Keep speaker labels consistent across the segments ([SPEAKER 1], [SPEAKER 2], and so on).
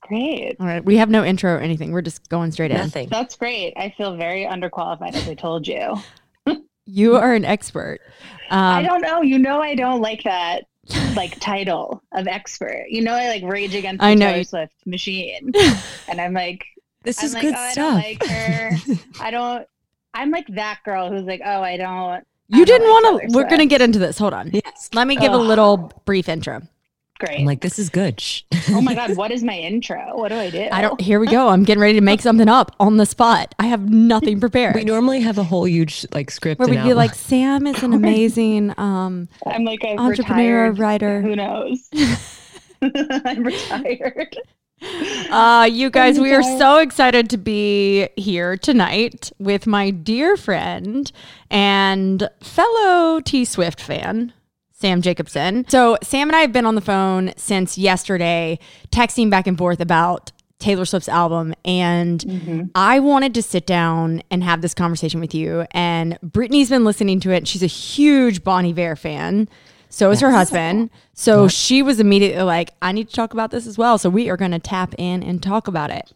[SPEAKER 1] Great.
[SPEAKER 2] All right. We have no intro or anything. We're just going straight in.
[SPEAKER 3] Nothing.
[SPEAKER 1] That's great. I feel very underqualified, as I told you.
[SPEAKER 2] You are an expert.
[SPEAKER 1] I
[SPEAKER 2] Um,
[SPEAKER 1] don't know. You know, I don't like that like title of expert. You know, I like rage against the
[SPEAKER 2] I know.
[SPEAKER 1] Taylor Swift machine, and I'm like,
[SPEAKER 3] This
[SPEAKER 1] I'm
[SPEAKER 3] is
[SPEAKER 1] like,
[SPEAKER 3] good
[SPEAKER 1] oh,
[SPEAKER 3] stuff.
[SPEAKER 1] I don't like her. I don't. I'm like that girl who's like, oh, I don't.
[SPEAKER 2] you
[SPEAKER 1] I don't
[SPEAKER 2] didn't
[SPEAKER 1] like
[SPEAKER 2] want
[SPEAKER 1] Taylor
[SPEAKER 2] to. We're going to
[SPEAKER 1] Swift.
[SPEAKER 2] get into this. Hold on.
[SPEAKER 3] yes.
[SPEAKER 2] Let me give a
[SPEAKER 1] Ugh.
[SPEAKER 2] little brief intro.
[SPEAKER 1] Great.
[SPEAKER 3] I'm like, this is good. Shh.
[SPEAKER 1] oh my god, what is my intro? What do I do?
[SPEAKER 2] I don't. Here we go. I'm getting ready to make something up on the spot. I have nothing prepared.
[SPEAKER 3] we normally have a whole huge like script.
[SPEAKER 2] where
[SPEAKER 3] and
[SPEAKER 2] we'd be like,
[SPEAKER 3] outline.
[SPEAKER 2] Sam is an amazing um,
[SPEAKER 1] I'm like a
[SPEAKER 2] entrepreneur,
[SPEAKER 1] retired.
[SPEAKER 2] writer.
[SPEAKER 1] Who knows? I'm retired.
[SPEAKER 2] Uh, you guys, we are
[SPEAKER 1] retired.
[SPEAKER 2] so excited to be here tonight with my dear friend and fellow T Swift fan. Sam Jacobson. So, Sam and I have been on the phone since yesterday, texting back and forth about Taylor Swift's album. And I wanted to sit down and have this conversation with you. And Brittany's been listening to it. She's a huge Bonnie Vare fan. So is her husband. So she was immediately like, I need to talk about this as well. So we are going to tap in and talk about it.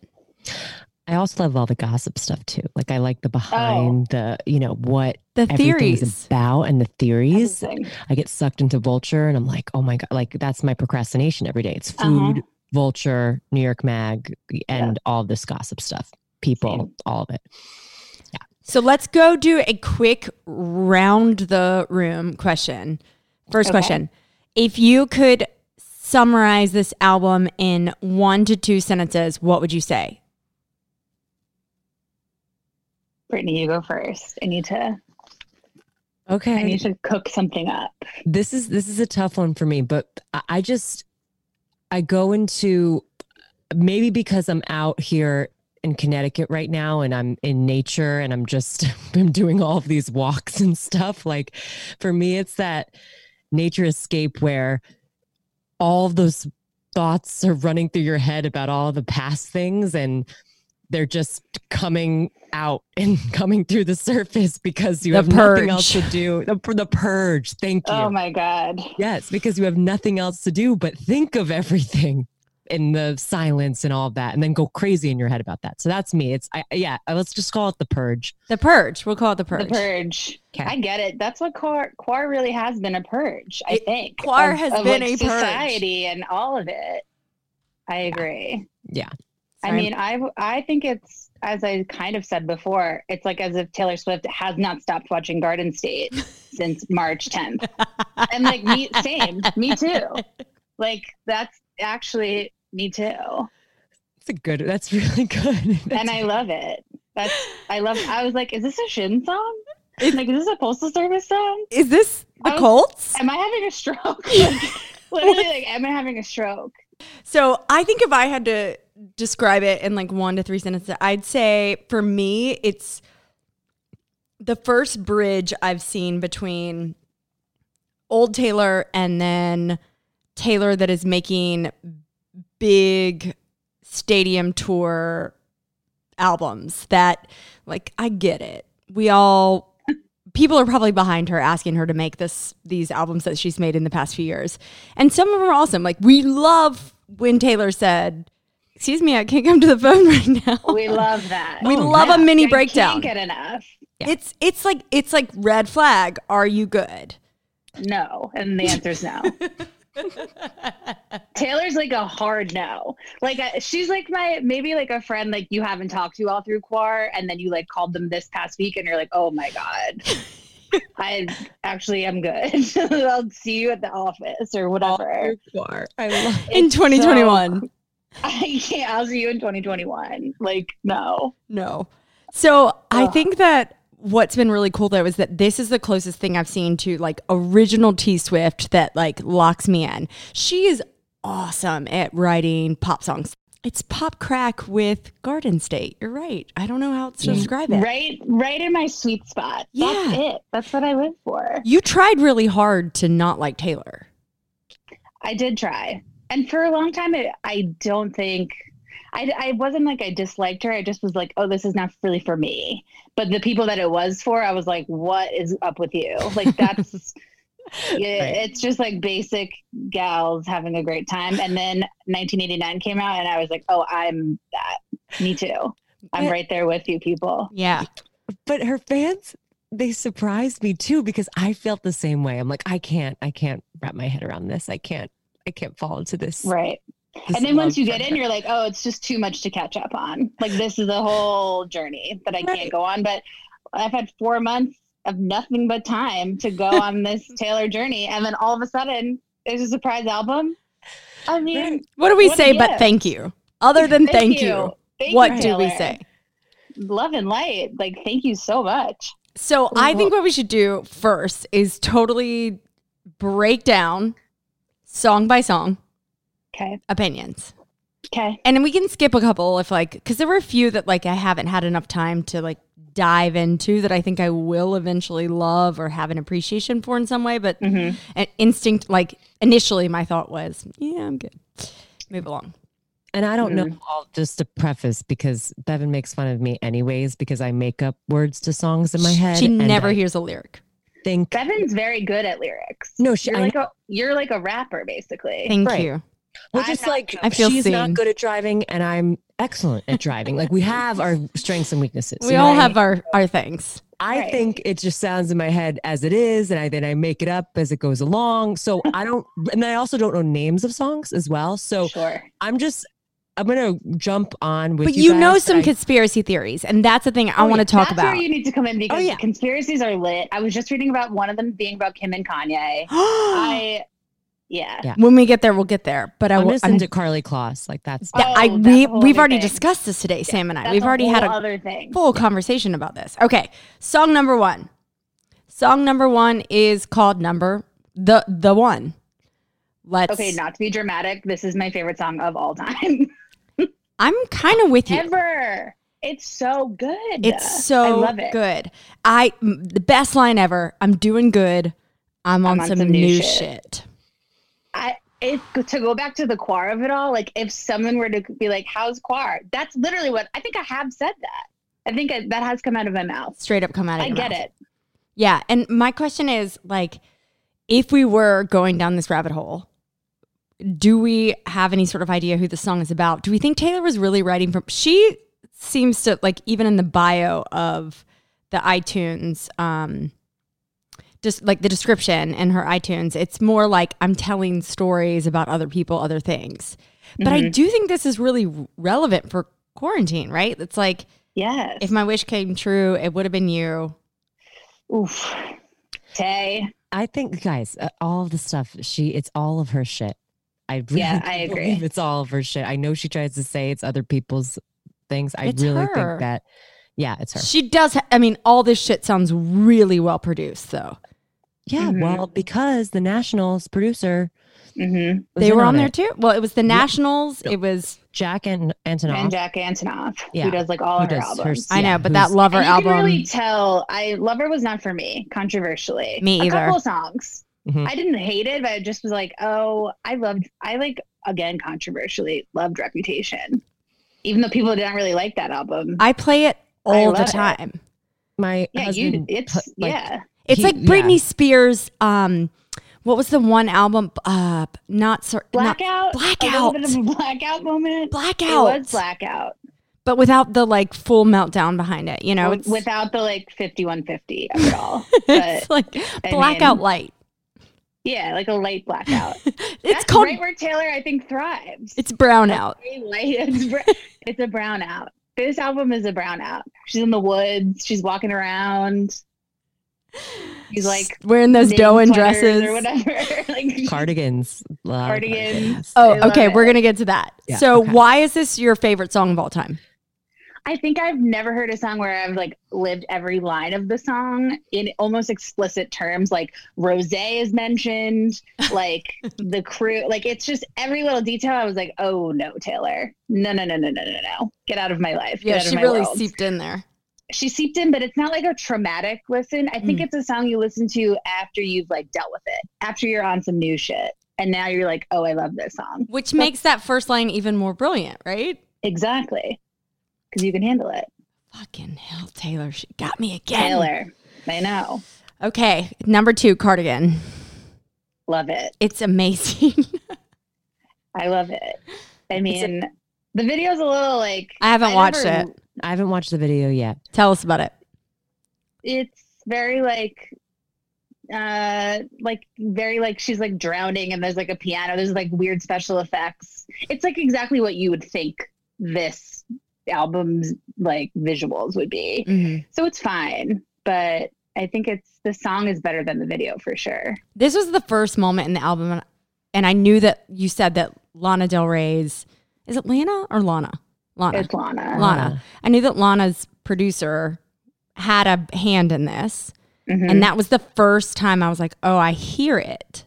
[SPEAKER 3] I also love all the gossip stuff too. Like, I like the behind the, you know, what
[SPEAKER 2] The
[SPEAKER 3] everything's
[SPEAKER 2] theories.
[SPEAKER 3] about and the theories.
[SPEAKER 1] Everything.
[SPEAKER 3] I get sucked into Vulture, and I'm like, oh my god, like that's my procrastination every day. It's
[SPEAKER 1] Uh-huh.
[SPEAKER 3] food, Vulture, New York Mag, and all this gossip stuff. People,
[SPEAKER 1] Same.
[SPEAKER 3] all of it.
[SPEAKER 2] So let's go do a quick round the room question. First
[SPEAKER 1] Okay.
[SPEAKER 2] question If you could summarize this album in one to two sentences, what would you say?
[SPEAKER 1] Brittany, you go first. I need to.
[SPEAKER 3] Okay,
[SPEAKER 1] I need to cook something up.
[SPEAKER 3] this is this is a tough one for me but I- i just i go into maybe because i'm out here in connecticut right now and i'm in nature and i'm just i'm doing all of these walks and stuff like for me it's that nature escape where all of those thoughts are running through your head about all the past things and they're just coming out and coming through the surface because you
[SPEAKER 2] The
[SPEAKER 3] have nothing else to
[SPEAKER 2] purge.
[SPEAKER 3] do the, the purge thank you
[SPEAKER 1] Oh my god.
[SPEAKER 3] Yes, because you have nothing else to do but think of everything in the silence and all of that, and then go crazy in your head about that. So that's me. It's I, yeah. uh, Let's just call it the purge.
[SPEAKER 2] The Purge. We'll call it The Purge.
[SPEAKER 1] The purge.
[SPEAKER 3] Okay.
[SPEAKER 1] I get it. That's what Quar Quar really has been a purge. I
[SPEAKER 2] It-
[SPEAKER 1] think
[SPEAKER 2] Quar has been a purge.
[SPEAKER 1] society and all of it. I agree.
[SPEAKER 3] Yeah.
[SPEAKER 1] I
[SPEAKER 2] Sorry.
[SPEAKER 1] mean, I w- I think it's as I kind of said before. It's like as if Taylor Swift has not stopped watching Garden State since March 10th, and like me, same, me too. Like that's actually me too.
[SPEAKER 3] That's a good. That's really good.
[SPEAKER 1] and I love it. That's I love. I was like, is this a Shin song? like, is this a Postal Service song?
[SPEAKER 2] Is this the
[SPEAKER 1] I was-
[SPEAKER 2] Colts?
[SPEAKER 1] Am I having a stroke? Like, literally, like, am I having a stroke?
[SPEAKER 2] So I think if I had to describe it in like one to three sentences, I'd say for me, it's the first bridge I've seen between old Taylor and then Taylor that is making big stadium tour albums that like I get it. We all people are probably behind her asking her to make this these albums that she's made in the past few years. And some of them are awesome. Like we love when Taylor said, "Excuse me, I can't come to the phone right now."
[SPEAKER 1] We love that.
[SPEAKER 2] We love a mini
[SPEAKER 1] I
[SPEAKER 2] breakdown.
[SPEAKER 1] Can't get enough.
[SPEAKER 2] It's it's like it's like red flag, are you good?
[SPEAKER 1] No, and the answer is no. Taylor's like a hard no. Like uh, she's like my maybe like a friend like you haven't talked to all through Quar, and then you like called them this past week, and you're like, oh my god. I actually am good. I'll see you at the office or whatever.
[SPEAKER 3] I love.
[SPEAKER 2] in
[SPEAKER 1] It's so-
[SPEAKER 2] 2021.
[SPEAKER 1] I can't. I'll see you in 2021. Like, no.
[SPEAKER 2] No. So I
[SPEAKER 1] Ugh.
[SPEAKER 2] think that what's been really cool though is that this is the closest thing I've seen to like original T Swift that like locks me in. She is awesome at writing pop songs. It's pop crack with Garden State. You're right. I don't know how else to
[SPEAKER 3] Yeah.
[SPEAKER 2] describe it.
[SPEAKER 1] Right, right in my sweet spot. That's
[SPEAKER 2] Yeah.
[SPEAKER 1] it. That's what I live for.
[SPEAKER 2] You tried really hard to not like Taylor.
[SPEAKER 1] I did try. And for a long time, I, I don't think. I, I wasn't like I disliked her. I just was like, oh, this is not really for me. But the people that it was for, I was like, what is up with you? Like, that's Yeah,
[SPEAKER 3] Right.
[SPEAKER 1] it's just like basic gals having a great time. And then 1989 came out, and I was like, oh, I'm that. Me too. I'm
[SPEAKER 3] Yeah.
[SPEAKER 1] right there with you people.
[SPEAKER 2] Yeah.
[SPEAKER 3] But her fans, they surprised me too because I felt the same way. I'm like, I can't, I can't wrap my head around this. I can't, I can't fall into this.
[SPEAKER 1] Right.
[SPEAKER 3] this
[SPEAKER 1] and then once
[SPEAKER 3] love
[SPEAKER 1] you
[SPEAKER 3] for
[SPEAKER 1] get in,
[SPEAKER 3] her.
[SPEAKER 1] you're like, oh, it's just too much to catch up on. Like, this is a whole journey that I
[SPEAKER 3] Right.
[SPEAKER 1] can't go on. But I've had four months of nothing but time to go on this Taylor journey. And then all of a sudden, there's a surprise album. I mean,
[SPEAKER 3] Right.
[SPEAKER 2] What do we
[SPEAKER 1] What a
[SPEAKER 2] say but
[SPEAKER 1] gift.
[SPEAKER 2] thank you? Other than thank, you,
[SPEAKER 1] Thank
[SPEAKER 2] what
[SPEAKER 1] you,
[SPEAKER 2] do we
[SPEAKER 1] Taylor.
[SPEAKER 2] say?
[SPEAKER 1] Love and light. Like, thank you so much.
[SPEAKER 2] So I
[SPEAKER 3] Well-
[SPEAKER 2] think what we should do first is totally break down song by song
[SPEAKER 1] Okay.
[SPEAKER 2] opinions.
[SPEAKER 1] Okay.
[SPEAKER 2] And then we can skip a couple if like because there were a few that like I haven't had enough time to like dive into that I think I will eventually love or have an appreciation for in some way. But
[SPEAKER 3] Mm-hmm.
[SPEAKER 1] Mhm.
[SPEAKER 2] an instinct like initially my thought was, yeah, I'm good. Move along.
[SPEAKER 3] And I don't
[SPEAKER 1] Mm.
[SPEAKER 3] know, all just to preface, because Bevan makes fun of me anyways, because I make up words to songs in my
[SPEAKER 2] She-
[SPEAKER 3] head.
[SPEAKER 2] She
[SPEAKER 3] and
[SPEAKER 2] never
[SPEAKER 3] I
[SPEAKER 2] hears a lyric.
[SPEAKER 3] think.
[SPEAKER 1] Bevan's very good at lyrics.
[SPEAKER 3] No, she,
[SPEAKER 1] You're
[SPEAKER 3] I
[SPEAKER 1] like a you're like a rapper basically.
[SPEAKER 2] Thank
[SPEAKER 3] Right.
[SPEAKER 2] you.
[SPEAKER 3] We're
[SPEAKER 1] I'm
[SPEAKER 3] just
[SPEAKER 1] not
[SPEAKER 3] like
[SPEAKER 1] good.
[SPEAKER 2] I feel
[SPEAKER 3] she's
[SPEAKER 2] seen.
[SPEAKER 3] not good at driving, and I'm excellent at driving. like we have our strengths and weaknesses.
[SPEAKER 2] We
[SPEAKER 3] you know
[SPEAKER 2] all
[SPEAKER 3] what I
[SPEAKER 2] have
[SPEAKER 3] mean?
[SPEAKER 2] our our things.
[SPEAKER 3] I
[SPEAKER 1] Right.
[SPEAKER 3] think it just sounds in my head as it is, and I then I make it up as it goes along. So I don't, and I also don't know names of songs as well. So
[SPEAKER 1] sure.
[SPEAKER 3] I'm just, I'm gonna jump on with.
[SPEAKER 2] But you,
[SPEAKER 3] guys,
[SPEAKER 2] know
[SPEAKER 3] but
[SPEAKER 2] some
[SPEAKER 3] I-
[SPEAKER 2] conspiracy theories, and that's the thing I
[SPEAKER 3] Oh,
[SPEAKER 2] want to
[SPEAKER 3] yeah.
[SPEAKER 2] talk
[SPEAKER 1] That's
[SPEAKER 2] about.
[SPEAKER 1] where you need to come in because
[SPEAKER 3] Oh, yeah.
[SPEAKER 1] conspiracies are lit. I was just reading about one of them being about Kim and Kanye. I yeah.
[SPEAKER 3] Yeah.
[SPEAKER 2] when we get there, we'll get there. But I,
[SPEAKER 3] I'm
[SPEAKER 2] will-
[SPEAKER 3] just
[SPEAKER 2] I'm-
[SPEAKER 3] into Carly Kloss. Like that's
[SPEAKER 2] yeah,
[SPEAKER 1] Oh,
[SPEAKER 2] I
[SPEAKER 1] that's
[SPEAKER 2] we
[SPEAKER 1] a whole
[SPEAKER 2] we've
[SPEAKER 1] other
[SPEAKER 2] already
[SPEAKER 1] thing.
[SPEAKER 2] discussed this today, Sam and I.
[SPEAKER 1] That's
[SPEAKER 2] we've already had a
[SPEAKER 1] whole other thing.
[SPEAKER 2] full conversation about this. Okay, song number one. Song number one is called "Number the the One." Let's.
[SPEAKER 1] Okay, not to be dramatic, this is my favorite song of all time.
[SPEAKER 2] I'm kind of with you.
[SPEAKER 1] Ever. It's so good.
[SPEAKER 2] It's so
[SPEAKER 1] I love it.
[SPEAKER 2] good. I m- the best line ever. I'm doing good. I'm on, some, new, shit.
[SPEAKER 1] I if to go back to the choir of it all, like if someone were to be like, "How's choir?" That's literally what I think. I have said that. I think I, that has come out of my mouth.
[SPEAKER 2] Straight up come out of
[SPEAKER 1] I
[SPEAKER 2] your
[SPEAKER 1] get
[SPEAKER 2] mouth.
[SPEAKER 1] it.
[SPEAKER 2] Yeah, and my question is like, if we were going down this rabbit hole, do we have any sort of idea who the song is about? Do we think Taylor was really writing from? She seems to like even in the bio of the iTunes, um, just like the description in her iTunes, it's more like I'm telling stories about other people, other things. But
[SPEAKER 1] Mm-hmm.
[SPEAKER 2] I do think this is really relevant for quarantine, right? It's like
[SPEAKER 1] Yes.
[SPEAKER 2] if my wish came true, it would have been you.
[SPEAKER 1] Oof. Tay.
[SPEAKER 3] I think, guys, uh, all the stuff she, it's all of her shit. I really
[SPEAKER 1] Yeah, I
[SPEAKER 3] do
[SPEAKER 1] agree.
[SPEAKER 3] believe It's all of her shit. I know she tries to say it's other people's things. I
[SPEAKER 2] It's
[SPEAKER 3] really
[SPEAKER 2] her.
[SPEAKER 3] think that, yeah, it's her.
[SPEAKER 2] She does. Ha- I mean, all this shit sounds really well produced, though.
[SPEAKER 3] Yeah,
[SPEAKER 2] Mm-hmm.
[SPEAKER 1] Mhm.
[SPEAKER 3] well, because the Nationals producer,
[SPEAKER 1] Mm-hmm.
[SPEAKER 3] was
[SPEAKER 2] they
[SPEAKER 3] in
[SPEAKER 2] were on there
[SPEAKER 3] it.
[SPEAKER 2] too. Well, it was the Nationals.
[SPEAKER 3] Yep.
[SPEAKER 2] It was
[SPEAKER 3] Jack and Antonoff.
[SPEAKER 1] And Jack Antonoff,
[SPEAKER 3] Yeah.
[SPEAKER 1] who does like all
[SPEAKER 3] who
[SPEAKER 1] of her
[SPEAKER 3] does her
[SPEAKER 1] albums.
[SPEAKER 2] I
[SPEAKER 3] yeah,
[SPEAKER 2] know, but
[SPEAKER 3] who's-
[SPEAKER 2] that Lover
[SPEAKER 1] And you
[SPEAKER 2] album.
[SPEAKER 1] can really tell. I Lover was not for me, controversially.
[SPEAKER 2] Me
[SPEAKER 1] A
[SPEAKER 2] either. Mm-hmm.
[SPEAKER 1] couple of songs.
[SPEAKER 3] Mhm.
[SPEAKER 1] I didn't hate it, but I just was like, oh, I loved. I like again controversially loved Reputation, even though people didn't really like that album.
[SPEAKER 2] I play it
[SPEAKER 1] I
[SPEAKER 2] all the
[SPEAKER 1] love it.
[SPEAKER 2] time.
[SPEAKER 3] my
[SPEAKER 1] yeah, you.
[SPEAKER 3] husband
[SPEAKER 1] It's
[SPEAKER 3] put, like,
[SPEAKER 1] yeah.
[SPEAKER 2] It's
[SPEAKER 3] He-
[SPEAKER 2] like Britney
[SPEAKER 3] yeah.
[SPEAKER 2] Spears. Um, what was the one album? Uh, not sor- not-
[SPEAKER 1] Blackout.
[SPEAKER 2] Blackout.
[SPEAKER 1] A little bit of a blackout moment.
[SPEAKER 2] blackout.
[SPEAKER 1] It was blackout.
[SPEAKER 2] but without the like full meltdown behind it. You know,
[SPEAKER 1] Wi-
[SPEAKER 2] it's,
[SPEAKER 1] without the like 5150 of it all.
[SPEAKER 2] it's
[SPEAKER 1] But
[SPEAKER 2] like
[SPEAKER 1] mean-
[SPEAKER 2] blackout light.
[SPEAKER 1] yeah, like a light blackout.
[SPEAKER 2] It's
[SPEAKER 1] That's
[SPEAKER 2] called.
[SPEAKER 1] right where Taylor I think thrives.
[SPEAKER 2] It's brownout.
[SPEAKER 1] Very light. It's, br- it's a brownout. This album is a brownout. She's in the woods. She's walking around. She's like
[SPEAKER 2] wearing those
[SPEAKER 1] knitting
[SPEAKER 2] Doan
[SPEAKER 1] sweaters
[SPEAKER 2] dresses
[SPEAKER 1] or whatever. like
[SPEAKER 3] cardigans. a lot of
[SPEAKER 1] Cardigans. I
[SPEAKER 2] Oh,
[SPEAKER 1] love
[SPEAKER 2] okay.
[SPEAKER 1] it.
[SPEAKER 2] We're gonna get to that.
[SPEAKER 3] Yeah,
[SPEAKER 2] so,
[SPEAKER 3] okay.
[SPEAKER 2] why is this your favorite song of all time?
[SPEAKER 1] I think I've never heard a song where I've like lived every line of the song in almost explicit terms. Like Rose is mentioned, like the crew, like it's just every little detail. I was like, oh no, Taylor, no, no, no, no, no, no, no, get out of my life.
[SPEAKER 2] Yeah,
[SPEAKER 1] get out of
[SPEAKER 2] she
[SPEAKER 1] my
[SPEAKER 2] really
[SPEAKER 1] world.
[SPEAKER 2] seeped in there.
[SPEAKER 1] she seeped in, but it's not like a traumatic listen. I think
[SPEAKER 2] Mm.
[SPEAKER 1] it's a song you listen to after you've like dealt with it, after you're on some new shit, and now you're like, oh, I love this song.
[SPEAKER 2] Which makes that first line even more brilliant, right?
[SPEAKER 1] Exactly, because you can handle it,
[SPEAKER 2] Fucking hell, Taylor. She got me again.
[SPEAKER 1] Taylor. I know.
[SPEAKER 2] Okay. Number two, Cardigan.
[SPEAKER 1] Love it.
[SPEAKER 2] It's amazing.
[SPEAKER 1] I love it. I mean, the video's a little like
[SPEAKER 2] I haven't watched
[SPEAKER 1] never-
[SPEAKER 2] it.
[SPEAKER 3] I haven't watched the video yet.
[SPEAKER 2] Tell us about it.
[SPEAKER 1] It's very like uh like very like she's like drowning and there's like a piano there's like weird special effects it's like exactly what you would think this album's like visuals would be
[SPEAKER 2] Mm-hmm.
[SPEAKER 1] so it's fine but i think it's the song is better than the video for sure
[SPEAKER 2] This was the first moment in the album, and- and I knew that you said that Lana Del Rey's is it Lana or Lana? Lana.
[SPEAKER 1] it's lana
[SPEAKER 2] Lana. I knew that Lana's producer had a hand in this,
[SPEAKER 1] Mhm.
[SPEAKER 2] and that was the first time I was like, "Oh, I hear it."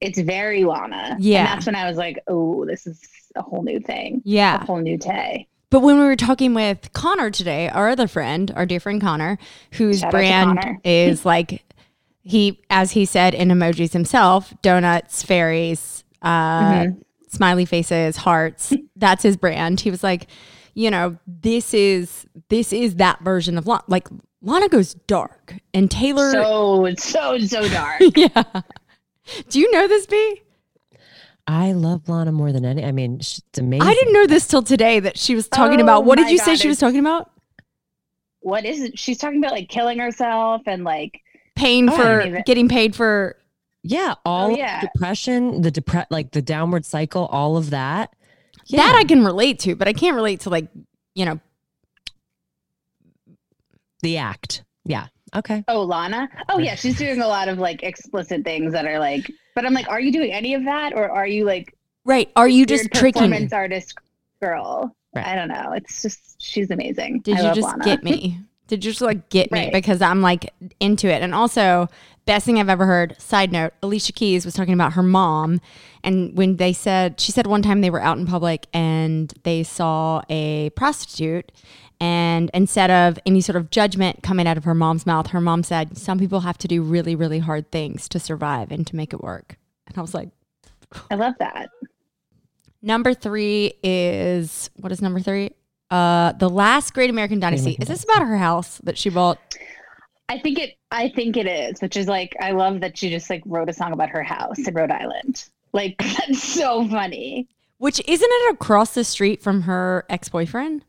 [SPEAKER 1] it's very lana
[SPEAKER 2] Yeah.
[SPEAKER 1] and that's when i was like oh this is a whole new thing
[SPEAKER 2] Yeah.
[SPEAKER 1] a whole new day
[SPEAKER 2] But when we were talking with Connor today, our other friend, our dear friend Connor, whose
[SPEAKER 1] Shout out to
[SPEAKER 2] brand
[SPEAKER 1] Connor.
[SPEAKER 2] is like he, as he said in emojis himself, donuts, fairies, uh,
[SPEAKER 1] Mm-hmm.
[SPEAKER 2] smiley faces, hearts. That's his brand. He was like, you know, this is this is that version of Lana. Like Lana goes dark, and Taylor.
[SPEAKER 1] so it's so so dark
[SPEAKER 2] yeah. Do you know this, B?
[SPEAKER 3] I love Lana more than any. I mean, she's amazing.
[SPEAKER 2] I didn't know this till today that she was talking
[SPEAKER 1] Oh
[SPEAKER 2] about. What did
[SPEAKER 1] my
[SPEAKER 2] you
[SPEAKER 1] God,
[SPEAKER 2] say she was
[SPEAKER 1] it's-
[SPEAKER 2] talking about?
[SPEAKER 1] what is it she's talking about like killing herself and like
[SPEAKER 2] Paying
[SPEAKER 3] Oh, I
[SPEAKER 2] for
[SPEAKER 1] didn't even-
[SPEAKER 2] getting paid for
[SPEAKER 3] Yeah,
[SPEAKER 2] Oh,
[SPEAKER 3] all of the
[SPEAKER 1] yeah.
[SPEAKER 3] depression, the depre- like the downward cycle, all of that. Yeah,
[SPEAKER 2] That I can relate to, but I can't relate to like, you know,
[SPEAKER 3] the act. Yeah. Okay.
[SPEAKER 1] oh lana oh yeah she's doing a lot of like explicit things that are like but i'm like are you doing any of that or are you like
[SPEAKER 2] right. Are you
[SPEAKER 1] your
[SPEAKER 2] just tricking me?
[SPEAKER 1] performance artist girl
[SPEAKER 3] Right.
[SPEAKER 1] i don't know it's just she's amazing
[SPEAKER 2] Did
[SPEAKER 1] I
[SPEAKER 2] you
[SPEAKER 1] love
[SPEAKER 2] just
[SPEAKER 1] lana.
[SPEAKER 2] get me? Did you just like get me?
[SPEAKER 1] Right.
[SPEAKER 2] Because I'm like into it. And also, best thing I've ever heard, side note, Alicia Keys was talking about her mom. And when they said, she said one time they were out in public and they saw a prostitute. And instead of any sort of judgment coming out of her mom's mouth, her mom said, Some people have to do really, really hard things to survive and to make it work. And I was like,
[SPEAKER 1] i love that
[SPEAKER 2] Number three is what is number three? Uh, the last Great American Dynasty.
[SPEAKER 3] American
[SPEAKER 2] Is this about her house that she bought?
[SPEAKER 1] i think it i think it is which is like i love that she just like wrote a song about her house in rhode island like that's so funny
[SPEAKER 2] Which isn't it across the street from her ex boyfriend,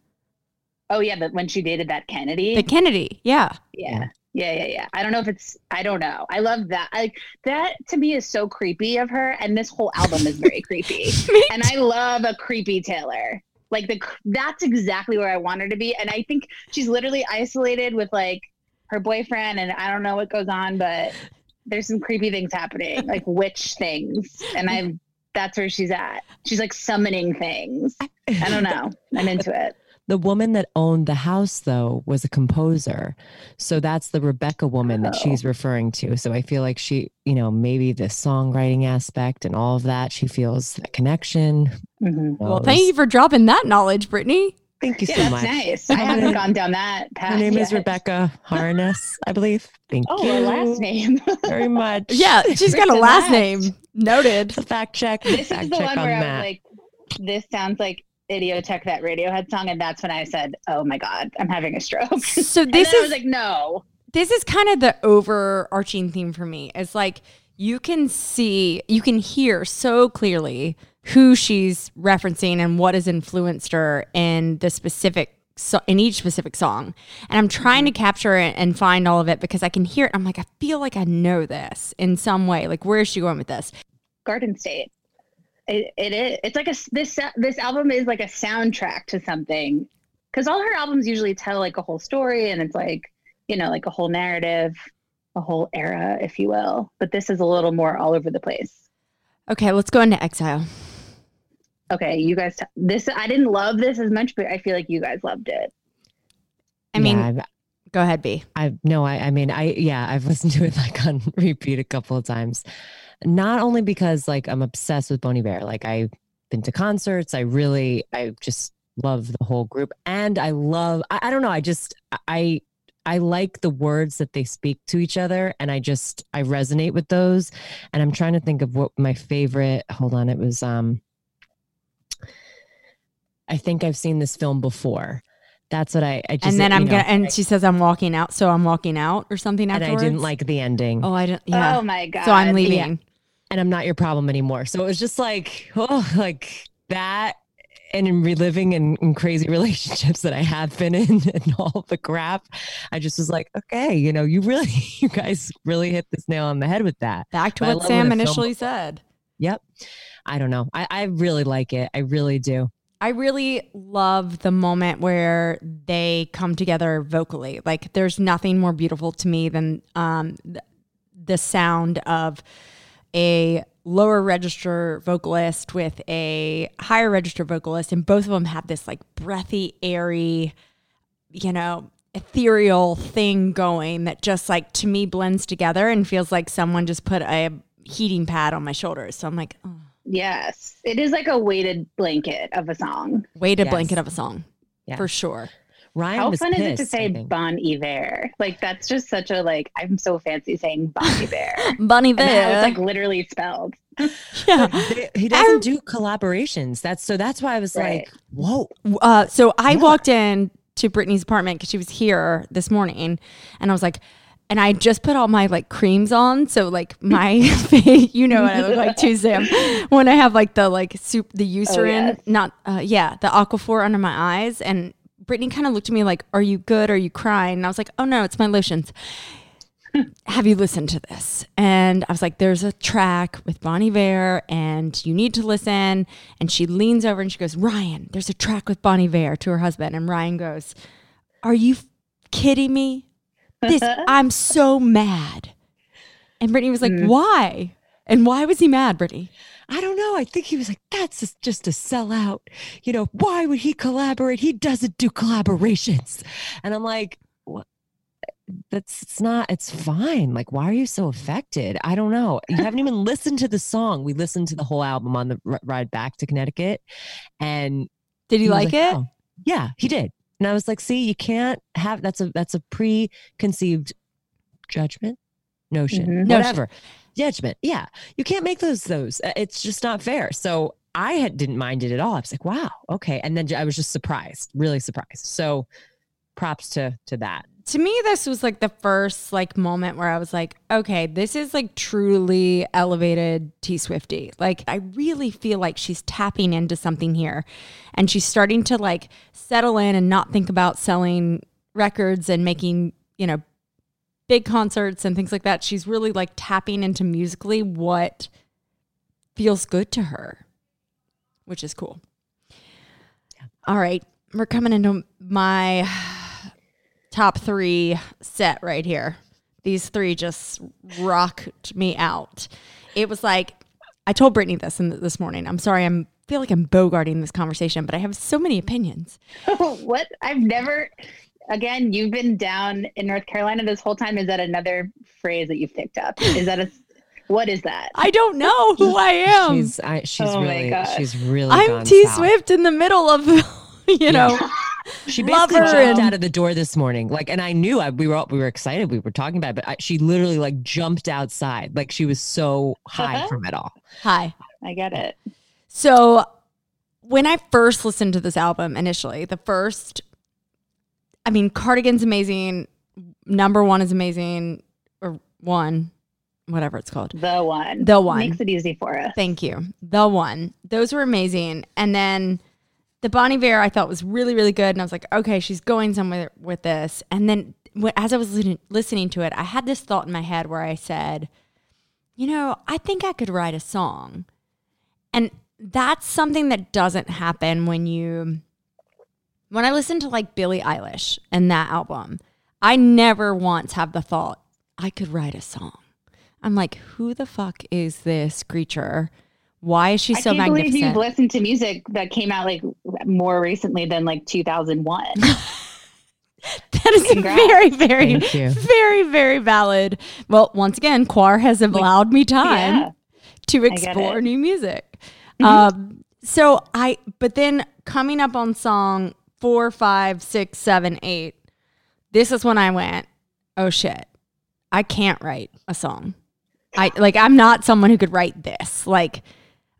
[SPEAKER 1] oh yeah but when she dated that kennedy
[SPEAKER 2] the Kennedy? Yeah,
[SPEAKER 1] Yeah. Yeah, yeah, yeah. I don't know if it's I don't know. I love that. I that to me is so creepy of her and this whole album is very creepy. And I love a creepy Taylor. Like the cr- that's exactly where I want her to be and I think she's literally isolated with like her boyfriend and I don't know what goes on but there's some creepy things happening, like witch things. And I that's where she's at. She's like summoning things. I don't know. I'm into it.
[SPEAKER 3] The woman that owned the house, though, was a composer. So that's the Rebecca woman that
[SPEAKER 1] Oh.
[SPEAKER 3] she's referring to. So I feel like she, you know, maybe the songwriting aspect and all of that, she feels a connection.
[SPEAKER 1] Mhm.
[SPEAKER 2] well, thank you for dropping that knowledge, Brittany.
[SPEAKER 3] Thank you
[SPEAKER 1] Yeah,
[SPEAKER 3] so
[SPEAKER 1] that's
[SPEAKER 3] much.
[SPEAKER 1] nice. I haven't gone down that path.
[SPEAKER 3] Her name is
[SPEAKER 1] yet.
[SPEAKER 3] Rebecca Harness, I believe. Thank
[SPEAKER 1] Oh,
[SPEAKER 3] you
[SPEAKER 1] her last name.
[SPEAKER 3] very much.
[SPEAKER 2] Yeah, she's got a
[SPEAKER 1] Written
[SPEAKER 2] last
[SPEAKER 1] last.
[SPEAKER 2] name noted.
[SPEAKER 3] The fact check.
[SPEAKER 1] This
[SPEAKER 3] fact
[SPEAKER 1] is the
[SPEAKER 3] check
[SPEAKER 1] one
[SPEAKER 3] on
[SPEAKER 1] where
[SPEAKER 3] that.
[SPEAKER 1] I was like, this sounds like Idiotech, that Radiohead song. And that's when I said, oh my God, I'm having a stroke. and
[SPEAKER 2] So
[SPEAKER 1] then
[SPEAKER 2] this
[SPEAKER 1] I
[SPEAKER 2] is
[SPEAKER 1] was like, no.
[SPEAKER 2] this is kind of the overarching theme for me. It's like you can see, you can hear so clearly who she's referencing and what has influenced her in the specific so- in each specific song. And I'm trying
[SPEAKER 3] Mm-hmm.
[SPEAKER 2] to capture it and find all of it because I can hear it. I'm like, I feel like I know this in some way. Like, where is she going with this?
[SPEAKER 1] Garden State. It, it is. It's like a s- this this album is like a soundtrack to something, because all her albums usually tell like a whole story, and it's like you know like a whole narrative, a whole era, if you will. But this is a little more all over the place.
[SPEAKER 2] Okay, let's go into exile.
[SPEAKER 1] Okay, you guys. T- this I didn't love this as much, but I feel like you guys loved it.
[SPEAKER 2] I mean,
[SPEAKER 3] Yeah, I've-
[SPEAKER 2] go ahead, B.
[SPEAKER 3] I no, I, I mean, I yeah, I've listened to it like on repeat a couple of times. Not only because like I'm obsessed with Boney Bear, like I've been to concerts. I really, I just love the whole group, and I love. I, I don't know. I just I I like the words that they speak to each other, and I just I resonate with those. And I'm trying to think of what my favorite. Hold on, it was um. I think I've seen this film before. That's what I. I just
[SPEAKER 2] and then
[SPEAKER 3] you
[SPEAKER 2] I'm
[SPEAKER 3] know,
[SPEAKER 2] gonna. And she says, "I'm walking out," so I'm walking out or something
[SPEAKER 3] and
[SPEAKER 2] afterwards.
[SPEAKER 3] I didn't like the ending.
[SPEAKER 2] Oh, I didn't. Yeah.
[SPEAKER 1] Oh my god.
[SPEAKER 2] so I'm
[SPEAKER 1] leaving.
[SPEAKER 2] leaving.
[SPEAKER 3] and I'm not your problem anymore. So it was just like, oh, like that. And in reliving and, and crazy relationships that I have been in and all the crap, I just was like, okay, you know, you really, you guys really hit this nail on the head with that.
[SPEAKER 2] Back to
[SPEAKER 3] But I
[SPEAKER 2] what
[SPEAKER 3] love when
[SPEAKER 2] Sam
[SPEAKER 3] a film-
[SPEAKER 2] initially said.
[SPEAKER 3] Yep. I don't know. I, I really like it. I really do.
[SPEAKER 2] I really love the moment where they come together vocally. Like, there's nothing more beautiful to me than um, th- the sound of a lower register vocalist with a higher register vocalist. And both of them have this like breathy, airy, you know, ethereal thing going that just like to me blends together and feels like someone just put a heating pad on my shoulders. So I'm like, oh,
[SPEAKER 1] Yes. It is like a weighted blanket of a song.
[SPEAKER 2] wait a
[SPEAKER 3] Yes.
[SPEAKER 2] blanket of a song
[SPEAKER 3] Yeah.
[SPEAKER 2] for sure.
[SPEAKER 3] Ryan
[SPEAKER 1] How
[SPEAKER 3] was
[SPEAKER 1] fun
[SPEAKER 3] pissed,
[SPEAKER 1] is it to say
[SPEAKER 3] I think.
[SPEAKER 1] Bon Iver? Like that's just such a like I'm so fancy saying Bon Iver.
[SPEAKER 2] Bunny
[SPEAKER 1] and how it's
[SPEAKER 2] Bear.
[SPEAKER 1] like literally spelled.
[SPEAKER 2] Yeah.
[SPEAKER 3] They- he doesn't do collaborations. That's so that's why I was
[SPEAKER 1] Right.
[SPEAKER 3] like, whoa.
[SPEAKER 2] Uh, so I
[SPEAKER 3] Yeah.
[SPEAKER 2] walked in to Brittany's apartment because she was here this morning, and I was like, and I just put all my like creams on, so like my face, you know what I look like too, Sam, when I have like the like soup, the Eucerin,
[SPEAKER 1] yes.
[SPEAKER 2] not uh, yeah, the Aquaphor under my eyes, and Brittany kind of looked at me like, "Are you good? Are you crying?" And I was like, "Oh no, it's my lotions." have you listened to this? And I was like, there's a track with Bonnie Vare and you need to listen. And she leans over and she goes, Ryan, there's a track with Bonnie Vare to her husband. And Ryan goes, Are you f- kidding me? This, I'm so mad. And Brittany was like,
[SPEAKER 1] Mm.
[SPEAKER 2] Why? And why was he mad, Brittany?
[SPEAKER 3] I don't know. I think he was like, that's just- just a sellout. You know, why would he collaborate? He doesn't do collaborations. And I'm like, what? That's it's not, it's fine. Like, why are you so affected? I don't know. You haven't even listened to the song. We listened to the whole album on the r- ride back to Connecticut. And
[SPEAKER 2] Did he,
[SPEAKER 3] he was
[SPEAKER 2] like, it?
[SPEAKER 3] "Oh." Yeah, he did. And I was like, see, you can't have that's a that's a preconceived judgment, notion,
[SPEAKER 1] Mhm.
[SPEAKER 2] Notion.
[SPEAKER 3] whatever. Judgment. Yeah. You can't make those those. Uh, It's just not fair. So I had didn't mind it at all. I was like, wow, okay. And then I was just surprised, really surprised. So props to to that.
[SPEAKER 2] to me this was like the first like moment where i was like okay this is like truly elevated t swifty like i really feel like she's tapping into something here and she's starting to like settle in and not think about selling records and making you know big concerts and things like that she's really like tapping into musically what feels good to her which is cool all right we're coming into my top three set right here. These three just rocked me out. It was like I told Brittany this in this morning. I'm sorry, I'm feel like I'm bogarting this conversation, but I have so many opinions.
[SPEAKER 1] what? I've never. Again, you've been down in North Carolina this whole time. Is that another phrase that you've picked up? Is that a? What is that?
[SPEAKER 2] I don't know who I am.
[SPEAKER 3] She's I, she's
[SPEAKER 1] Oh my
[SPEAKER 3] really
[SPEAKER 1] God.
[SPEAKER 3] she's really
[SPEAKER 2] I'm
[SPEAKER 3] gone
[SPEAKER 2] T
[SPEAKER 3] south.
[SPEAKER 2] Swift in the middle of you know
[SPEAKER 3] She
[SPEAKER 2] Love
[SPEAKER 3] basically
[SPEAKER 2] her
[SPEAKER 3] jumped
[SPEAKER 2] and-
[SPEAKER 3] out of the door this morning, like, and I knew I, we were all, we were excited, we were talking about it, but I, she literally like jumped outside, like she was so high
[SPEAKER 1] Uh-huh.
[SPEAKER 3] from it all.
[SPEAKER 2] hi.
[SPEAKER 1] I get it.
[SPEAKER 2] So when I first listened to this album initially, the first, I mean, Cardigan's amazing. Number one is amazing, or one, whatever it's called.
[SPEAKER 1] The one.
[SPEAKER 2] The one.
[SPEAKER 1] makes it easy for us.
[SPEAKER 2] Thank you. The one. Those were amazing. And then the Bonnie Bear I thought was really, really good. And I was like, okay, she's going somewhere with this. And then wh- as I was listen- listening to it, I had this thought in my head where I said, you know, I think I could write a song. And that's something that doesn't happen when you, when I listen to like Billie Eilish and that album, I never once have the thought, I could write a song. I'm like, who the fuck is this creature? Why is she
[SPEAKER 1] I
[SPEAKER 2] so
[SPEAKER 1] can't believe
[SPEAKER 2] magnificent?
[SPEAKER 1] you've listened to music that came out like more recently than like 2001.
[SPEAKER 2] That is a
[SPEAKER 1] Congrats.
[SPEAKER 2] very, very,
[SPEAKER 3] Thank you.
[SPEAKER 2] very, very valid. Well, once again, Quar has allowed me time
[SPEAKER 1] Yeah.
[SPEAKER 2] to
[SPEAKER 1] get
[SPEAKER 2] explore
[SPEAKER 1] it. Mm-hmm.
[SPEAKER 2] new music. Um, so I, but then coming up on song four, five, six, seven, eight, this is when I went, oh shit, I can't write a song. I like, I'm not someone who could write this. Like,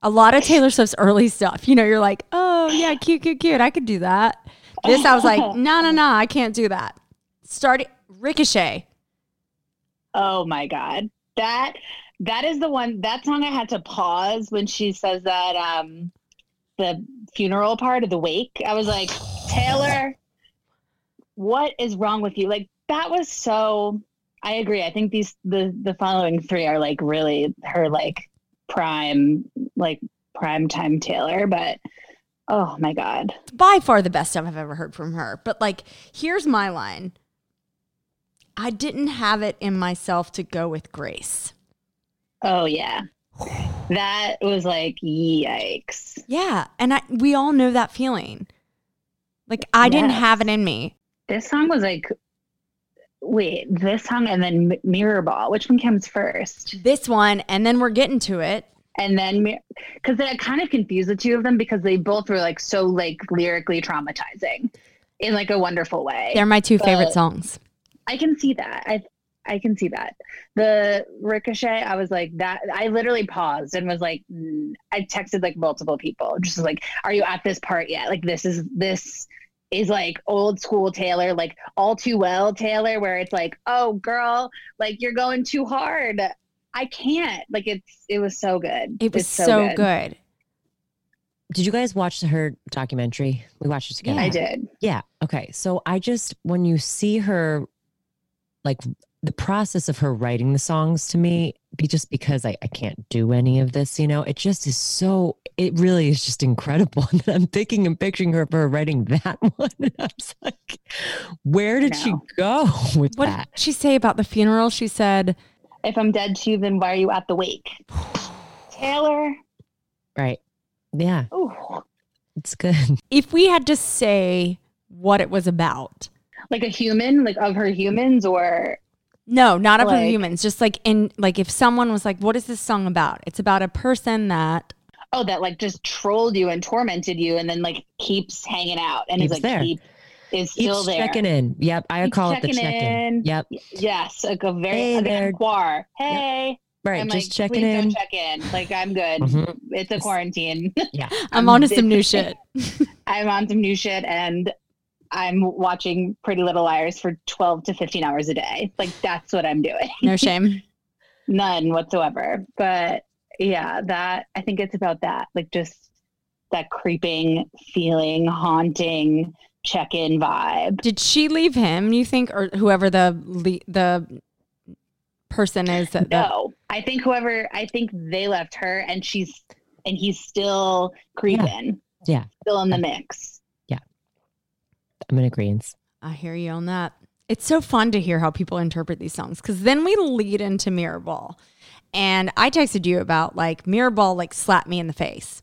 [SPEAKER 2] a lot of Taylor Swift's early stuff, you know, you're like, oh yeah, cute, cute, cute, I could do that. This, I was like, no, no, no, I can't do that. Started Ricochet.
[SPEAKER 1] Oh my god. That That is the one. That song I had to pause when she says that um, the funeral part of the wake. I was like, Taylor, what is wrong with you? Like that was so. I agree. I think these the the following three are like really her like prime like prime time Taylor, but oh my god,
[SPEAKER 2] by far the best stuff I've ever heard from her. But like, here's my line. I didn't have it in myself to go with Grace.
[SPEAKER 1] oh yeah, that was like yikes.
[SPEAKER 2] Yeah, and I we all know that feeling. Like I didn't
[SPEAKER 1] Yes.
[SPEAKER 2] have it in me.
[SPEAKER 1] This song was like, wait, this song and then M- Mirror Ball. Which one comes first?
[SPEAKER 2] This one, and then we're getting to it.
[SPEAKER 1] And then because I kind of confused the two of them because they both were like so like lyrically traumatizing in like a wonderful way.
[SPEAKER 2] They're my two favorite
[SPEAKER 1] But-
[SPEAKER 2] songs.
[SPEAKER 1] I can see that. I I can see that. The ricochet, I was like that. I literally paused and was like, mm. I texted like multiple people, just like, "Are you at this part yet? Like this is this is like old school Taylor, like all too well Taylor, where it's like, oh girl, like you're going too hard. I can't. Like it's it was so good.
[SPEAKER 2] It was
[SPEAKER 1] It's
[SPEAKER 2] so, good.
[SPEAKER 3] Did you guys watch her documentary? We watched it together.
[SPEAKER 1] I did.
[SPEAKER 3] Yeah. Okay. So I just when you see her, like the process of her writing the songs to me, be just because I, I can't do any of this, you know, it just is so it really is just incredible. And I'm thinking and picturing her for writing that one. And I was like, where did she
[SPEAKER 1] No.
[SPEAKER 3] go with
[SPEAKER 2] What
[SPEAKER 3] that?
[SPEAKER 2] did she say about the funeral? She said,
[SPEAKER 1] If I'm dead to you, then why are you at the wake, Taylor?
[SPEAKER 3] Right. Yeah,
[SPEAKER 1] Ooh,
[SPEAKER 3] it's good.
[SPEAKER 2] if we had to say what it was about.
[SPEAKER 1] like a human, like of her humans, or
[SPEAKER 2] No, not of her
[SPEAKER 1] Like-
[SPEAKER 2] humans. Just like in like if someone was like, What is this song about? It's about a person that
[SPEAKER 1] oh, that like just trolled you and tormented you, and then like keeps hanging out and is
[SPEAKER 3] Keeps
[SPEAKER 1] like
[SPEAKER 3] there.
[SPEAKER 1] keep is
[SPEAKER 3] Keeps
[SPEAKER 1] still there.
[SPEAKER 3] checking in. Yep. I
[SPEAKER 1] Keeps
[SPEAKER 3] call it the
[SPEAKER 1] checking
[SPEAKER 3] check in.
[SPEAKER 1] in.
[SPEAKER 3] Yep.
[SPEAKER 1] Yes, like a very
[SPEAKER 3] Hey
[SPEAKER 1] like
[SPEAKER 3] there.
[SPEAKER 1] a quar. Hey,
[SPEAKER 3] Right.
[SPEAKER 1] I'm
[SPEAKER 3] just
[SPEAKER 1] like,
[SPEAKER 3] checking
[SPEAKER 1] please
[SPEAKER 3] in.
[SPEAKER 1] Don't check in. Like I'm good.
[SPEAKER 3] Mhm.
[SPEAKER 1] It's a
[SPEAKER 3] It's-
[SPEAKER 1] quarantine.
[SPEAKER 2] I'm
[SPEAKER 1] I'm
[SPEAKER 2] on to some new
[SPEAKER 1] busy.
[SPEAKER 2] shit.
[SPEAKER 1] I'm on some new shit and. I'm watching Pretty Little Liars for 12 to 15 hours a day. Like, that's what I'm doing.
[SPEAKER 2] No shame.
[SPEAKER 1] None whatsoever. But yeah, that, I think it's about that. Like, just that creeping, feeling, haunting check in vibe.
[SPEAKER 2] Did she leave him, you think, or whoever the le- the person is that, that-
[SPEAKER 1] No, I think whoever I think they left her, and she's and he's still creeping.
[SPEAKER 3] Yeah.
[SPEAKER 1] still in the mix.
[SPEAKER 3] I'm in agreement.
[SPEAKER 2] I hear you on that. It's so fun to hear how people interpret these songs because then we lead into Mirror Ball. And I texted you about like Mirror Ball like slapped me in the face.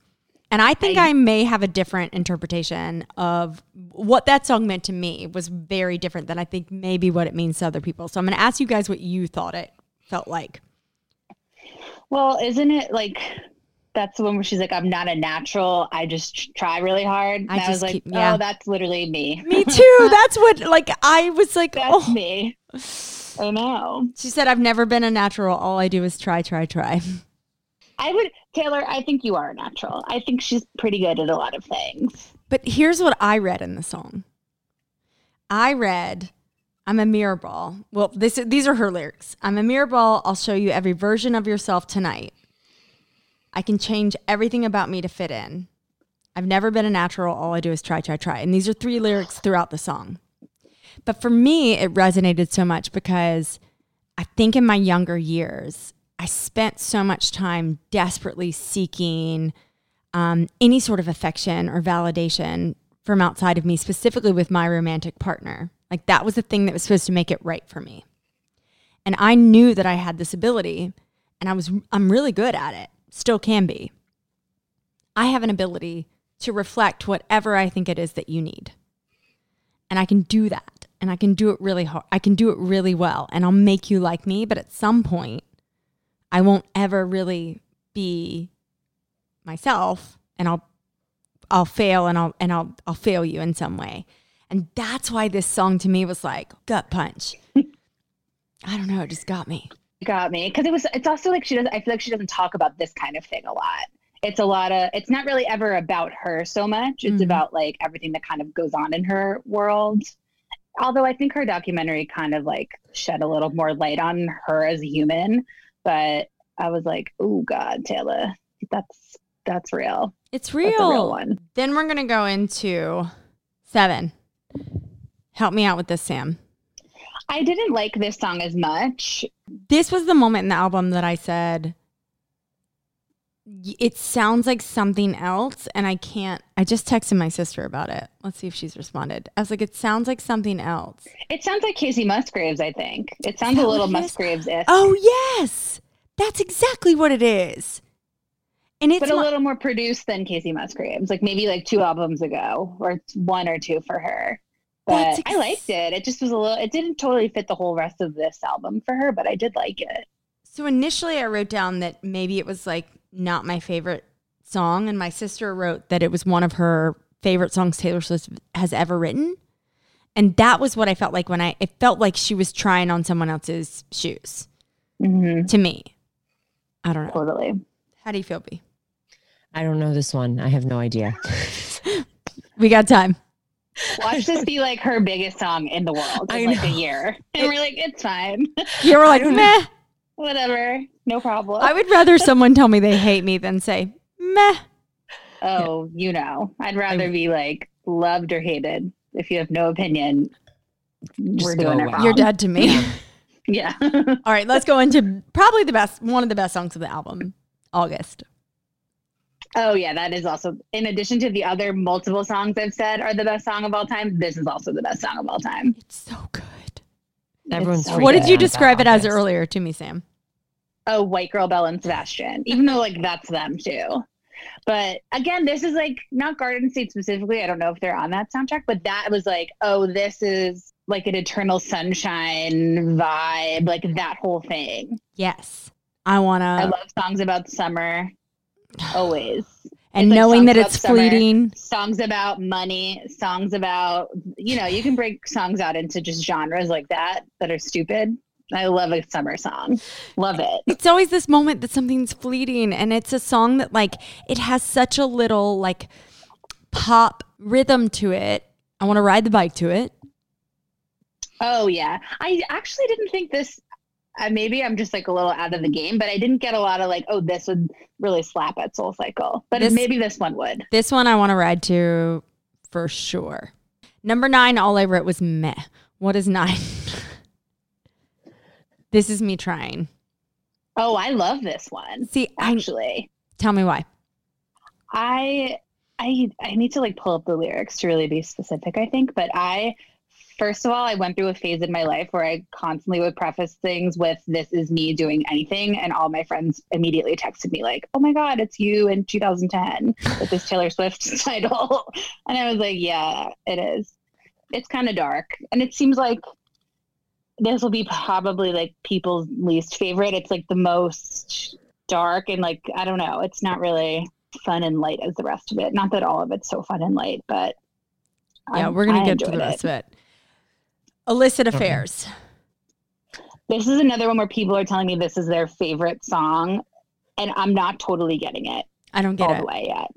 [SPEAKER 2] And I think I,
[SPEAKER 1] I-
[SPEAKER 2] may have a different interpretation of what that song meant to me was very different than I think maybe what it means to other people. So I'm going to ask you guys what you thought it felt like.
[SPEAKER 1] Well, isn't it like that's the one where she's like, "I'm not a natural. I just try really hard." And
[SPEAKER 2] I
[SPEAKER 1] I, was
[SPEAKER 2] just
[SPEAKER 1] like,
[SPEAKER 2] keep- yeah.
[SPEAKER 1] "Oh, that's literally me.
[SPEAKER 2] Me too. That's what like I was like,
[SPEAKER 1] that's
[SPEAKER 2] oh.
[SPEAKER 1] me." Oh no,
[SPEAKER 2] She said, I've never been a natural. All I do is try, try, try.
[SPEAKER 1] I would Taylor. I think you are a natural. I think she's pretty good at a lot of things.
[SPEAKER 2] But here's what I read in the song. I read, I'm a mirror ball. Well, this these are her lyrics. I'm a mirror ball. I'll show you every version of yourself tonight. I can change everything about me to fit in. I've never been a natural. All I do is try, try, try. And these are three lyrics throughout the song. But for me, it resonated so much because I think in my younger years, I spent so much time desperately seeking um, any sort of affection or validation from outside of me, specifically with my romantic partner. Like that was the thing that was supposed to make it right for me. And I knew that I had this ability and I was I'm really good at it. Still can be. I have an ability to reflect whatever I think it is that you need. And I can do that. And I can do it really hard. I can do it really well and I'll make you like me, but at some point I won't ever really be myself and I'll I'll fail and I'll and I'll I'll fail you in some way. And that's why this song to me was like gut punch. I don't know, it just got me.
[SPEAKER 1] Got me because it was. It's also like she does. I feel like she doesn't talk about this kind of thing a lot. It's a lot of. It's not really ever about her so much. It's
[SPEAKER 2] Mhm.
[SPEAKER 1] about like everything that kind of goes on in her world. Although I think her documentary kind of like shed a little more light on her as a human, but I was like, oh God, Taylor, that's that's real.
[SPEAKER 2] It's
[SPEAKER 1] That's a
[SPEAKER 2] real.
[SPEAKER 1] real one.
[SPEAKER 2] Then we're gonna go into seven. Help me out with this, Sam.
[SPEAKER 1] I didn't like this song as much.
[SPEAKER 2] This was the moment in the album that I said, "Y- "It sounds like something else," and I can't. I just texted my sister about it. Let's see if she's responded. I was like, "It sounds like something else."
[SPEAKER 1] It sounds like Casey Musgraves, I think. It sounds
[SPEAKER 2] that
[SPEAKER 1] a little
[SPEAKER 2] what it is?
[SPEAKER 1] Musgraves ish.
[SPEAKER 2] Oh yes, that's exactly what it is. And it's
[SPEAKER 1] but a
[SPEAKER 2] not-
[SPEAKER 1] little more produced than Casey Musgraves, like maybe like two albums ago or one or two for her. But
[SPEAKER 2] That's
[SPEAKER 1] I liked it. It just was a little, it didn't totally fit the whole rest of this album for her, but I did like it.
[SPEAKER 2] So initially, I wrote down that maybe it was like not my favorite song, and my sister wrote that it was one of her favorite songs Taylor Swift has ever written, and that was what I felt like when I. It felt like she was trying on someone else's shoes
[SPEAKER 1] hmm
[SPEAKER 2] to me. I don't know.
[SPEAKER 1] Totally.
[SPEAKER 2] How do you feel, B?
[SPEAKER 3] I don't know this one. I have no idea.
[SPEAKER 2] We got time.
[SPEAKER 1] Watch this be like her biggest song in the world
[SPEAKER 3] I
[SPEAKER 1] in like a
[SPEAKER 3] know.
[SPEAKER 1] year. And we're like, it's fine.
[SPEAKER 2] You were like,
[SPEAKER 3] don't
[SPEAKER 2] meh.
[SPEAKER 1] Whatever. No problem.
[SPEAKER 2] I would rather someone tell me they hate me than say meh.
[SPEAKER 1] oh, you know. I'd rather
[SPEAKER 3] I-
[SPEAKER 1] be like loved or hated. If you have no opinion, we're
[SPEAKER 3] go
[SPEAKER 1] doing it
[SPEAKER 3] away.
[SPEAKER 1] wrong.
[SPEAKER 2] You're dead to me.
[SPEAKER 1] Yeah.
[SPEAKER 2] All right, let's go into probably the best, one of the best songs of the album, August.
[SPEAKER 1] oh, yeah. That is also, in addition to the other multiple songs I've said are the best song of all time, this is also the best song of all time.
[SPEAKER 2] It's so good.
[SPEAKER 3] Everyone's
[SPEAKER 1] so
[SPEAKER 3] freaking
[SPEAKER 2] What
[SPEAKER 1] Yeah,
[SPEAKER 2] did you
[SPEAKER 3] out about
[SPEAKER 2] describe it as
[SPEAKER 3] August.
[SPEAKER 2] earlier to me, Sam?
[SPEAKER 1] oh white girl belle and sebastian even though like that's them too but again this is like not garden state specifically i don't know if they're on that soundtrack but that was like oh this is like an eternal sunshine vibe like that whole thing
[SPEAKER 2] Yes. I want
[SPEAKER 1] i
[SPEAKER 2] to.
[SPEAKER 1] love songs about summer always
[SPEAKER 2] And
[SPEAKER 1] it's like
[SPEAKER 2] knowing
[SPEAKER 1] songs
[SPEAKER 2] that
[SPEAKER 1] about
[SPEAKER 2] it's
[SPEAKER 1] summer.
[SPEAKER 2] fleeting.
[SPEAKER 1] songs about money songs about you know you can break songs out into just genres like that that are stupid i love a summer song love it
[SPEAKER 2] It's always this moment that something's fleeting. And it's a song that, like, it has such a little, like, pop rhythm to it. I want to ride the bike to it.
[SPEAKER 1] Oh yeah, I actually didn't think this. Uh, maybe I'm just like a little out of the game, but I didn't get a lot of like, oh, this would really slap at Soul Cycle, but
[SPEAKER 2] This-
[SPEAKER 1] maybe this one would.
[SPEAKER 2] This one I want to ride to for sure. Number nine, all I wrote was meh. What is nine? this is me trying.
[SPEAKER 1] Oh, I love this one
[SPEAKER 2] See, I
[SPEAKER 1] actually.
[SPEAKER 2] tell me why.
[SPEAKER 1] I I I need to like pull up the lyrics to really be specific, I think, but I first of all, I went through a phase in my life where I constantly would preface things with this is me doing anything and all my friends immediately texted me like, "Oh my god, it's you in 2010 with this Taylor Swift title." And I was like, "Yeah, it is." It's kind of dark and it seems like this will be probably like people's least favorite. It's like the most dark and like I don't know, it's not really fun and light as the rest of it. Not that all of it's so fun and light, but
[SPEAKER 2] Yeah,
[SPEAKER 1] um,
[SPEAKER 2] we're gonna
[SPEAKER 1] I
[SPEAKER 2] get to
[SPEAKER 1] enjoyed
[SPEAKER 2] the
[SPEAKER 1] it.
[SPEAKER 2] rest of it. Illicit affairs.
[SPEAKER 1] This is another one where people are telling me this is their favorite song, and I'm not totally getting it
[SPEAKER 2] I don't get
[SPEAKER 1] all
[SPEAKER 2] it.
[SPEAKER 1] the way yet.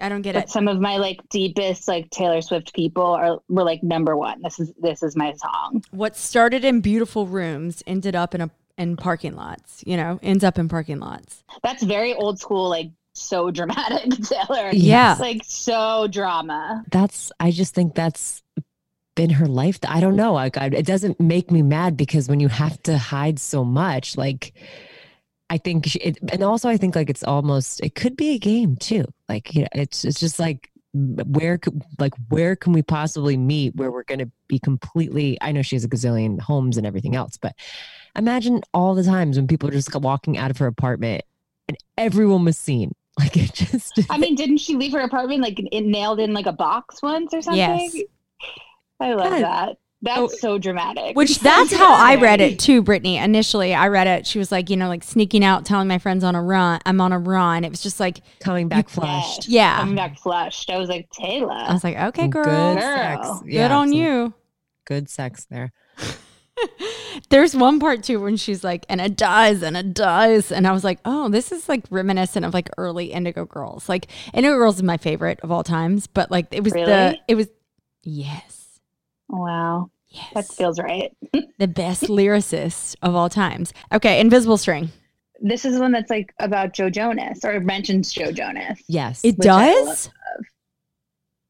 [SPEAKER 2] I don't get
[SPEAKER 1] But
[SPEAKER 2] it.
[SPEAKER 1] some of my like deepest like Taylor Swift people are were like number one. This is this is my song.
[SPEAKER 2] What started in beautiful rooms ended up in a in parking lots. You know, ends up in parking lots.
[SPEAKER 1] That's very old school, like so dramatic, Taylor.
[SPEAKER 2] Yeah.
[SPEAKER 1] It's like so drama.
[SPEAKER 3] That's. I just think that's been her life. I don't know. Like, I, it doesn't make me mad because when you have to hide so much, like, I think, she, it, and also I think like it's almost. It could be a game too. Like, you know, it's it's just like where could like where can we possibly meet where we're going to be completely i know she has a gazillion homes and everything else but imagine all the times when people are just walking out of her apartment and everyone was seen like it just
[SPEAKER 1] I mean, didn't she leave her apartment like it nailed in like a box once or something?
[SPEAKER 2] Yes.
[SPEAKER 1] I love
[SPEAKER 3] God.
[SPEAKER 1] that. That's
[SPEAKER 3] Oh.
[SPEAKER 1] so dramatic.
[SPEAKER 2] Which that's how I read it too, Brittany. Initially, I read it. She was like, you know, like sneaking out, telling my friends on a run. I'm on a run. It was just like,
[SPEAKER 3] coming back flushed
[SPEAKER 2] yeah.
[SPEAKER 1] Coming back flushed. I was like, Taylor.
[SPEAKER 2] I was like, okay,
[SPEAKER 3] Some
[SPEAKER 2] girl,
[SPEAKER 3] Good
[SPEAKER 2] good,
[SPEAKER 1] Girl.
[SPEAKER 3] sex.
[SPEAKER 1] Good
[SPEAKER 3] Yeah,
[SPEAKER 2] on
[SPEAKER 3] some
[SPEAKER 2] you.
[SPEAKER 3] Good sex there.
[SPEAKER 2] There's one part too when she's like, and it dies and it dies. And I was like, oh, this is like reminiscent of like early Indigo Girls. Like Indigo Girls is my favorite of all times, but like it was the
[SPEAKER 1] Really?
[SPEAKER 2] it was yes.
[SPEAKER 1] Wow.
[SPEAKER 2] Yes.
[SPEAKER 1] That feels right.
[SPEAKER 2] the best lyricist of all times. Okay, Invisible String.
[SPEAKER 1] This is one that's like about Joe Jonas or mentions Joe Jonas.
[SPEAKER 3] Yes.
[SPEAKER 2] It
[SPEAKER 1] Which I
[SPEAKER 2] does?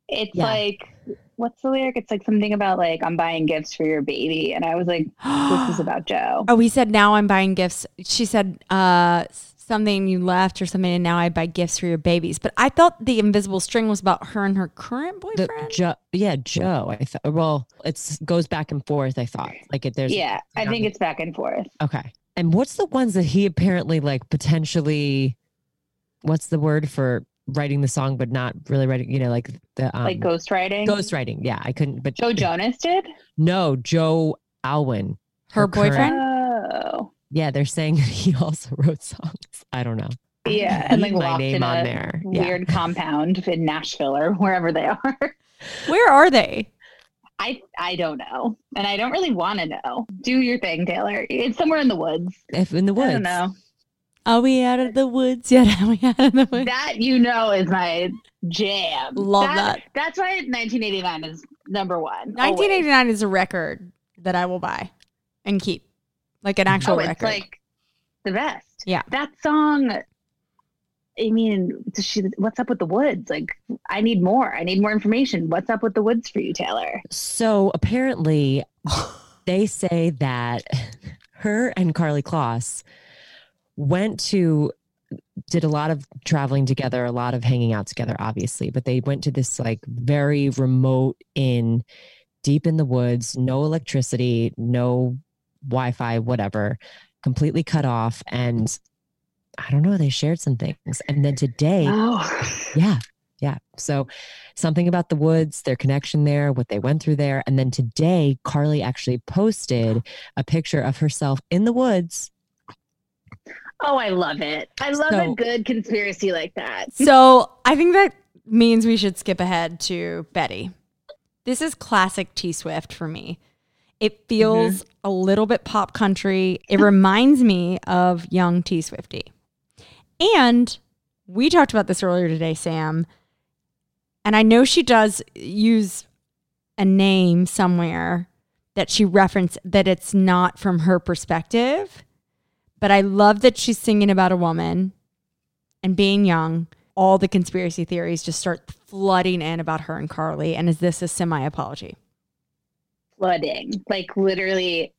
[SPEAKER 1] It's
[SPEAKER 3] Yeah.
[SPEAKER 1] like, what's the lyric? It's like something about like, I'm buying gifts for your baby. And I was like, this is about Joe.
[SPEAKER 2] Oh, we said now I'm buying gifts. She said uh, something you left or something, and now I buy gifts for your babies. But I thought the invisible string was about her and her current
[SPEAKER 3] the,
[SPEAKER 2] boyfriend.
[SPEAKER 3] Joe, yeah, Joe. I thought. Well, it's goes back and forth. I thought like it, there's
[SPEAKER 1] yeah. I think it's back and forth.
[SPEAKER 3] Okay. And what's the ones that he apparently like potentially? What's the word for writing the song but not really writing? You know, like the um,
[SPEAKER 1] like ghostwriting.
[SPEAKER 3] ghostwriting. Yeah, I couldn't. But
[SPEAKER 1] Joe Jonas did?
[SPEAKER 3] No, Joe Alwyn.
[SPEAKER 2] her,
[SPEAKER 3] her current-
[SPEAKER 2] boyfriend.
[SPEAKER 1] Oh.
[SPEAKER 3] Yeah, they're saying he also wrote songs. I don't know.
[SPEAKER 1] Yeah. And like
[SPEAKER 3] Leave my
[SPEAKER 1] locked
[SPEAKER 3] name
[SPEAKER 1] in
[SPEAKER 3] on
[SPEAKER 1] a
[SPEAKER 3] there. Yeah.
[SPEAKER 1] weird compound in Nashville or wherever they are.
[SPEAKER 2] Where are they?
[SPEAKER 1] I I don't know. And I don't really want to know. Do your thing, Taylor. It's somewhere in the woods.
[SPEAKER 3] If in the woods.
[SPEAKER 1] I don't know.
[SPEAKER 2] Are we out of the woods yet? Are we out of the woods?
[SPEAKER 1] That you know is my jam.
[SPEAKER 2] Love that.
[SPEAKER 1] That's why 1989 is number one.
[SPEAKER 2] 1989 is a record that I will buy and keep, like an actual
[SPEAKER 1] always. Oh, it's
[SPEAKER 2] record.
[SPEAKER 1] like the best.
[SPEAKER 2] Yeah.
[SPEAKER 1] That song. I mean, does she, what's up with the woods? Like, I need more. I need more information. What's up with the woods for you, Taylor?
[SPEAKER 3] So apparently, they say that her and Carly Kloss went to did a lot of traveling together, a lot of hanging out together, obviously, but they went to this like very remote inn deep in the woods, no electricity, no Wi-Fi, whatever, completely cut off. And I don't know, they shared some things. And then today
[SPEAKER 1] Oh,
[SPEAKER 3] yeah. Yeah. So something about the woods, their connection there, what they went through there. And then today, Carly actually posted a picture of herself in the woods.
[SPEAKER 1] oh, I love it. I love
[SPEAKER 3] So-
[SPEAKER 1] a good conspiracy like that.
[SPEAKER 2] So I think that means we should skip ahead to Betty. This is classic T Swift for me. It feels a little bit pop country. It reminds me of young T Swifty. And we talked about this earlier today, Sam. And I know she does use a name somewhere that she referenced that it's not from her perspective. But I love that she's singing about a woman and being young, all the conspiracy theories just start flooding in about her and Carly. And is this a semi apology?
[SPEAKER 1] flooding. Like literally,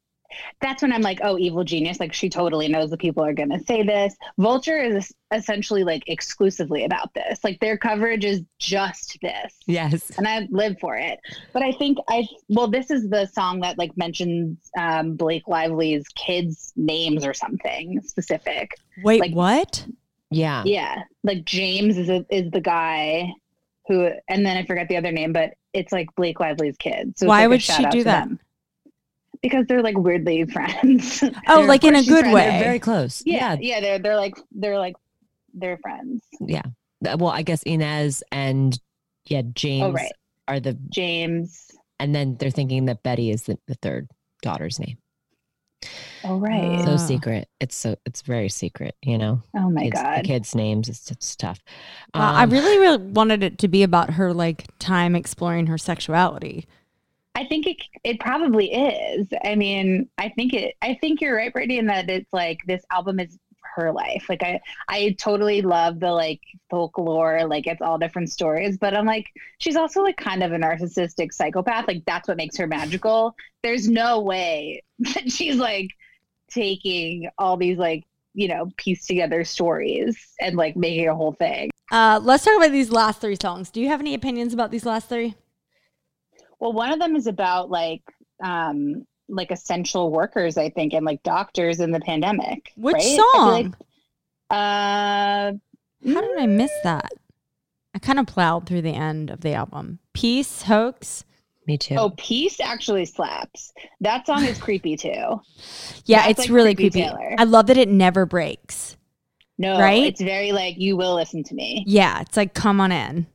[SPEAKER 1] that's when I'm like, oh, evil genius. Like she totally knows the people are going to say this. Vulture is essentially like exclusively about this. Like their coverage is just this.
[SPEAKER 3] Yes.
[SPEAKER 1] And I live for it. But I think I, well, this is the song that like mentions um, Blake Lively's kids' names or something specific.
[SPEAKER 2] Wait,
[SPEAKER 1] Like-
[SPEAKER 2] what?
[SPEAKER 3] Yeah.
[SPEAKER 1] Yeah. Like James is, a, is the guy who, and then I forgot the other name, but it's like Blake Lively's kids. So it's
[SPEAKER 2] Why
[SPEAKER 1] like a
[SPEAKER 2] would she
[SPEAKER 1] shout-out
[SPEAKER 2] do
[SPEAKER 1] to
[SPEAKER 2] that?
[SPEAKER 1] them. Because they're like weirdly friends.
[SPEAKER 2] Oh,
[SPEAKER 3] They're-
[SPEAKER 2] like in a
[SPEAKER 1] Christian
[SPEAKER 2] good
[SPEAKER 1] friends.
[SPEAKER 2] way.
[SPEAKER 3] They're very close.
[SPEAKER 1] yeah,
[SPEAKER 3] Yeah.
[SPEAKER 1] yeah, they're they're like they're like they're friends.
[SPEAKER 3] Yeah. Th- Well, I guess Inez and yeah, James
[SPEAKER 1] Oh right,
[SPEAKER 3] are the,
[SPEAKER 1] James.
[SPEAKER 3] and then they're thinking that Betty is the, the third daughter's name.
[SPEAKER 1] Oh right.
[SPEAKER 2] Uh, Ah.
[SPEAKER 3] So secret. It's so, it's very secret, you know?
[SPEAKER 1] oh my
[SPEAKER 3] It's- The
[SPEAKER 1] god.
[SPEAKER 3] kids' names. It's, it's tough.
[SPEAKER 2] Wow, I
[SPEAKER 3] Um,
[SPEAKER 2] really, really wanted it to be about her like time exploring her sexuality.
[SPEAKER 1] I think it it probably is. I mean, I think it. I think you're right, Brittany, in that it's like this album is her life. Like I I totally love the like folklore. Like it's all different stories, but I'm like she's also like kind of a narcissistic psychopath. Like that's what makes her magical. There's no way that she's like taking all these like you know pieced together stories and like making a whole thing.
[SPEAKER 2] Uh, let's talk about these last three songs. Do you have any opinions about these last three?
[SPEAKER 1] Well, one of them is about like um like essential workers, I think, and like doctors in the pandemic.
[SPEAKER 2] Which
[SPEAKER 1] right? I feel
[SPEAKER 2] song?
[SPEAKER 1] Like, uh
[SPEAKER 2] How did I miss that? I kind of plowed through the end of the album. Peace, hoax.
[SPEAKER 3] me too.
[SPEAKER 1] oh, peace actually slaps. That song is creepy too.
[SPEAKER 2] Yeah,
[SPEAKER 1] That's
[SPEAKER 2] it's
[SPEAKER 1] like
[SPEAKER 2] really
[SPEAKER 1] creepy
[SPEAKER 2] creepy.
[SPEAKER 1] Taylor.
[SPEAKER 2] I love that it never breaks.
[SPEAKER 1] No,
[SPEAKER 2] Right?
[SPEAKER 1] it's very like you will listen to me.
[SPEAKER 2] Yeah, it's like come on in.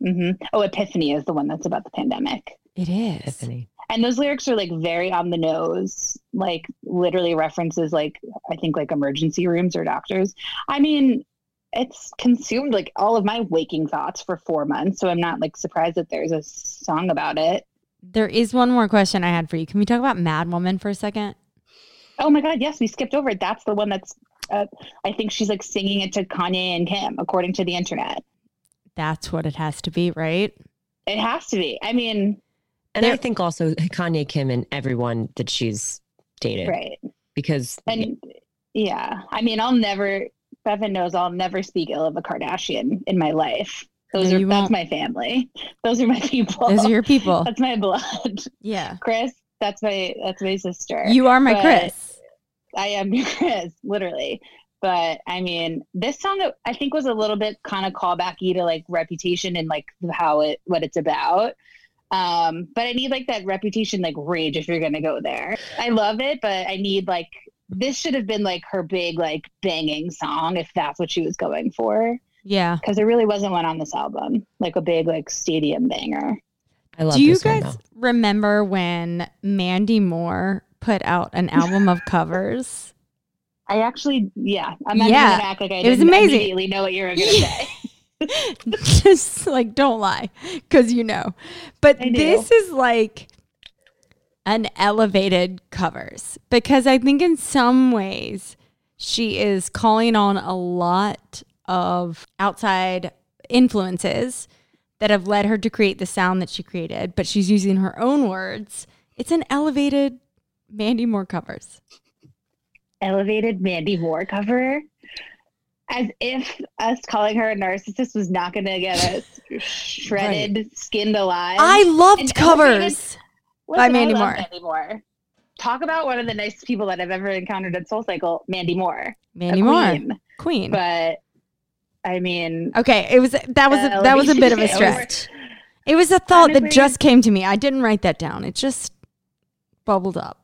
[SPEAKER 1] hmm Oh, Epiphany is the one that's about the pandemic.
[SPEAKER 2] It is.
[SPEAKER 3] Epiphany.
[SPEAKER 1] And those lyrics are like very on the nose, like literally references like I think like emergency rooms or doctors. I mean, it's consumed like all of my waking thoughts for four months, so I'm not like surprised that there's a song about it.
[SPEAKER 2] There is one more question I had for you. Can we talk about Mad Woman for a second?
[SPEAKER 1] Oh my God, yes, we skipped over it. That's the one that's, uh, I think she's like singing it to Kanye and Kim, according to the internet.
[SPEAKER 2] That's what it has to be, right?
[SPEAKER 1] It has to be. I mean,
[SPEAKER 3] And
[SPEAKER 2] There-
[SPEAKER 3] I think also Kanye Kim and everyone that she's dated
[SPEAKER 1] right.
[SPEAKER 3] because
[SPEAKER 1] And yeah, I mean, I'll never, Bevan knows I'll never speak ill of a Kardashian in my life. Those
[SPEAKER 2] No,
[SPEAKER 1] are,
[SPEAKER 2] you
[SPEAKER 1] that's
[SPEAKER 2] won't.
[SPEAKER 1] my family. Those are my people.
[SPEAKER 2] Those are your people.
[SPEAKER 1] that's my blood.
[SPEAKER 2] Yeah.
[SPEAKER 1] Chris, that's my, that's my sister.
[SPEAKER 2] You are my
[SPEAKER 1] But-
[SPEAKER 2] Chris.
[SPEAKER 1] I am your Chris, literally. But I mean, this song I think was a little bit kind of callbacky to like Reputation and like how it what it's about. Um, but I need like that Reputation like rage if you're gonna go there. I love it, but I need like this should have been like her big like banging song if that's what she was going for
[SPEAKER 2] Yeah.
[SPEAKER 1] because there really wasn't one on this album like a big like stadium banger.
[SPEAKER 3] I love
[SPEAKER 2] Do you
[SPEAKER 3] this one,
[SPEAKER 2] guys
[SPEAKER 3] though.
[SPEAKER 2] remember when Mandy Moore put out an album of covers?
[SPEAKER 1] I actually, yeah, I'm not
[SPEAKER 2] Yeah,
[SPEAKER 1] even gonna act like I
[SPEAKER 2] it was
[SPEAKER 1] didn't
[SPEAKER 2] amazing.
[SPEAKER 1] immediately know what you were gonna say.
[SPEAKER 2] Just like don't lie cuz you know. But
[SPEAKER 1] I do.
[SPEAKER 2] this is like an elevated covers because I think in some ways she is calling on a lot of outside influences that have led her to create the sound that she created, but she's using her own words. It's an elevated Mandy Moore covers.
[SPEAKER 1] elevated Mandy Moore cover. As if us calling her a narcissist was not going to get us shredded, skinned alive.
[SPEAKER 2] I
[SPEAKER 1] and
[SPEAKER 2] loved
[SPEAKER 1] elevated-
[SPEAKER 2] covers.
[SPEAKER 1] Listen, I
[SPEAKER 2] Mandy
[SPEAKER 1] love
[SPEAKER 2] Moore.
[SPEAKER 1] Mandy Moore. Talk about one of the nicest people that I've ever encountered at Soul Cycle, Mandy Moore. a
[SPEAKER 2] Mandy Moore,
[SPEAKER 1] queen.
[SPEAKER 2] queen.
[SPEAKER 1] But I mean,
[SPEAKER 2] okay, it was that was a, that was a bit of a
[SPEAKER 1] Elevated.
[SPEAKER 2] stretch. It was a thought that
[SPEAKER 1] Honestly-
[SPEAKER 2] just came to me. I didn't write that down. It just bubbled up.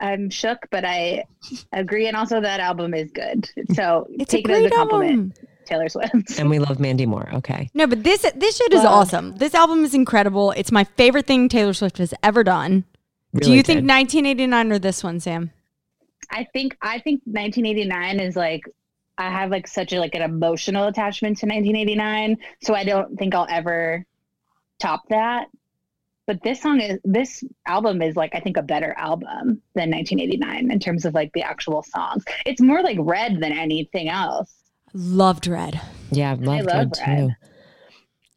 [SPEAKER 1] I'm shook, but I agree. And also, that album is good. So
[SPEAKER 2] It's
[SPEAKER 1] take it
[SPEAKER 2] a
[SPEAKER 1] as a
[SPEAKER 2] great
[SPEAKER 1] compliment,
[SPEAKER 2] album.
[SPEAKER 1] Taylor Swift.
[SPEAKER 3] and we love Mandy Moore. Okay.
[SPEAKER 2] No, but this this shit is
[SPEAKER 1] Well-
[SPEAKER 2] awesome. This album is incredible. It's my favorite thing Taylor Swift has ever done. Do
[SPEAKER 3] Really
[SPEAKER 2] you think
[SPEAKER 3] good.
[SPEAKER 2] 1989 or this one, Sam?
[SPEAKER 1] I think I think 1989 is like I have like such a like an emotional attachment to 1989, so I don't think I'll ever top that. But this song is this album is like I think a better album than 1989 in terms of like the actual songs. It's more like Red than anything else.
[SPEAKER 2] Loved Red.
[SPEAKER 3] Yeah, I love
[SPEAKER 1] love
[SPEAKER 3] Red
[SPEAKER 1] Red.
[SPEAKER 3] too.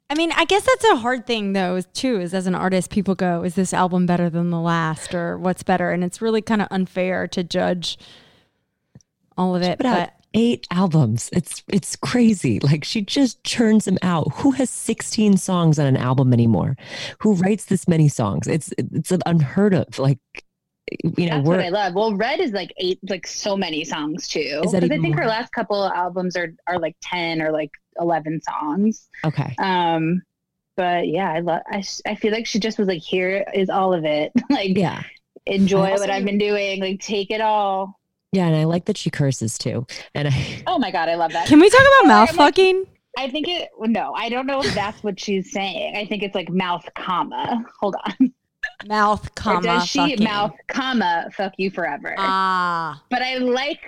[SPEAKER 2] I mean, I guess that's a hard thing though, is- too, is as an artist, people go, is this album better than the last or what's better? And it's really kind of unfair to judge all of it.
[SPEAKER 3] Put out
[SPEAKER 2] But
[SPEAKER 3] eight albums. It's it's crazy. Like she just churns them out. Who has 16 songs on an album anymore? Who writes this many songs? It's it's unheard of. Like you know,
[SPEAKER 1] That's what I
[SPEAKER 3] we're
[SPEAKER 1] love. Well, Red is like eight, like so many songs too.
[SPEAKER 3] Is that
[SPEAKER 1] Because I
[SPEAKER 3] even
[SPEAKER 1] think her
[SPEAKER 3] more?
[SPEAKER 1] last couple albums are are like ten or like eleven songs.
[SPEAKER 3] okay.
[SPEAKER 1] Um, but yeah, I love. I, s- I feel like she just was like, here is all of it. like,
[SPEAKER 3] Yeah.
[SPEAKER 1] enjoy
[SPEAKER 3] Also-
[SPEAKER 1] what I've been doing. Like, take it all.
[SPEAKER 3] Yeah, and I like that she curses too. And I
[SPEAKER 1] Oh my god, I love that.
[SPEAKER 2] can we talk about mouth
[SPEAKER 1] I'm like-
[SPEAKER 2] fucking?
[SPEAKER 1] I think it. No, I don't know if that's what she's saying. I think it's like mouth comma. Hold on.
[SPEAKER 2] Mouth,
[SPEAKER 1] Or
[SPEAKER 2] comma,
[SPEAKER 1] does she
[SPEAKER 2] fucking.
[SPEAKER 1] mouth comma fuck you forever?
[SPEAKER 3] Uh,
[SPEAKER 2] Ah.
[SPEAKER 1] but I like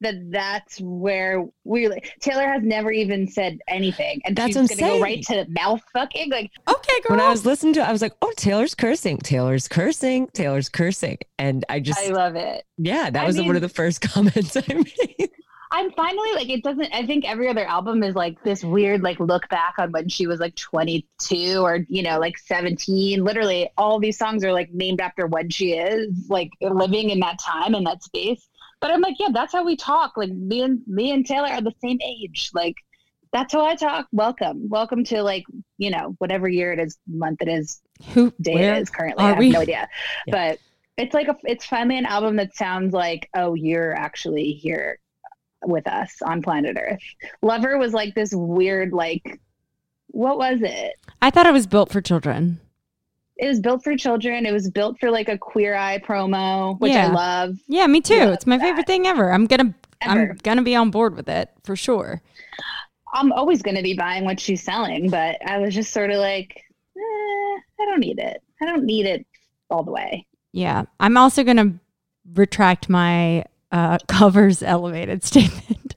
[SPEAKER 1] that. That's where we. Taylor has never even said anything, and
[SPEAKER 3] That's
[SPEAKER 1] she's
[SPEAKER 3] what I'm
[SPEAKER 1] gonna go right to mouth fucking. Like,
[SPEAKER 2] Okay, girl.
[SPEAKER 3] when I was listening to it, I was like, oh, Taylor's cursing, Taylor's cursing, Taylor's cursing. And I just
[SPEAKER 1] I love it.
[SPEAKER 3] yeah, that
[SPEAKER 1] I
[SPEAKER 3] was one
[SPEAKER 1] mean-
[SPEAKER 3] of the first comments I made.
[SPEAKER 1] I'm finally like it doesn't. I think every other album is like this weird like look back on when she was like 22 or you know like 17. Literally, all these songs are like named after when she is like living in that time and that space. But I'm like, yeah, that's how we talk. Like me and me and Taylor are the same age. Like that's how I talk. Welcome, welcome to like you know whatever year it is, month it is,
[SPEAKER 2] Who
[SPEAKER 1] day
[SPEAKER 2] where-
[SPEAKER 1] it is currently.
[SPEAKER 2] are
[SPEAKER 1] I have
[SPEAKER 2] we?
[SPEAKER 1] no idea.
[SPEAKER 3] Yeah.
[SPEAKER 1] But it's like a, it's finally an album that sounds like, oh, you're actually here with us on planet Earth. Lover was like this weird, like, what was it?
[SPEAKER 2] I thought it was built for children.
[SPEAKER 1] It was built for children. It was built for like a queer eye promo, which
[SPEAKER 2] Yeah.
[SPEAKER 1] I love.
[SPEAKER 2] Yeah, me too.
[SPEAKER 1] Love
[SPEAKER 2] it's my favorite thing ever. I'm gonna
[SPEAKER 1] Ever.
[SPEAKER 2] I'm gonna be on board with it for sure.
[SPEAKER 1] I'm, always going to be buying what she's selling, but I was just sort of like, eh, I don't need it. I don't need it all the way.
[SPEAKER 2] Yeah. I'm also gonna retract my uh, covers elevated statement.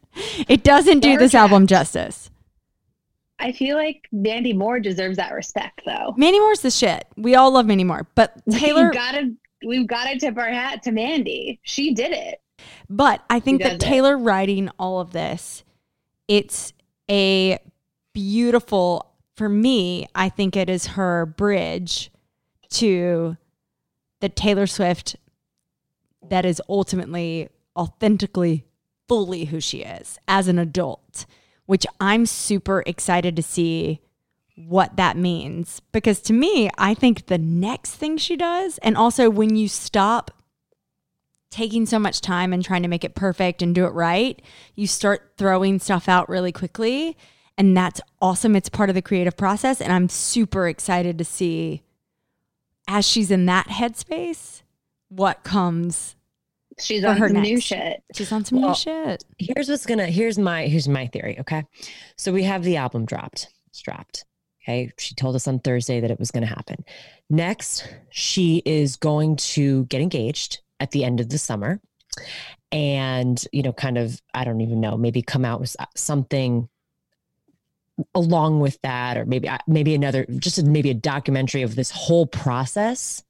[SPEAKER 2] It doesn't do this
[SPEAKER 1] Retract.
[SPEAKER 2] album justice.
[SPEAKER 1] I feel like Mandy Moore deserves that respect, though.
[SPEAKER 2] Mandy Moore's the shit. We all love Mandy Moore, but Taylor.
[SPEAKER 1] we gotta we've gotta tip our hat to Mandy. She did it.
[SPEAKER 2] But I think
[SPEAKER 1] She
[SPEAKER 2] that
[SPEAKER 1] does it.
[SPEAKER 2] Taylor writing all of this, it's a beautiful, for me, I think it is her bridge to the Taylor Swift that is ultimately authentically fully who she is as an adult, which I'm super excited to see what that means. Because to me, I think the next thing she does, and also when you stop taking so much time and trying to make it perfect and do it right, you start throwing stuff out really quickly. And that's awesome. It's part of the creative process. And I'm super excited to see, as she's in that headspace, what comes.
[SPEAKER 1] She's
[SPEAKER 2] For
[SPEAKER 1] on
[SPEAKER 2] her
[SPEAKER 1] some new
[SPEAKER 2] next.
[SPEAKER 1] shit.
[SPEAKER 2] She's on some
[SPEAKER 3] Well,
[SPEAKER 2] new shit.
[SPEAKER 3] here's what's gonna here's my here's my theory okay so we have the album dropped it's dropped okay she told us on thursday that it was gonna happen next she is going to get engaged at the end of the summer and you know kind of i don't even know maybe come out with uh, something along with that or maybe uh, maybe another just maybe a documentary of this whole process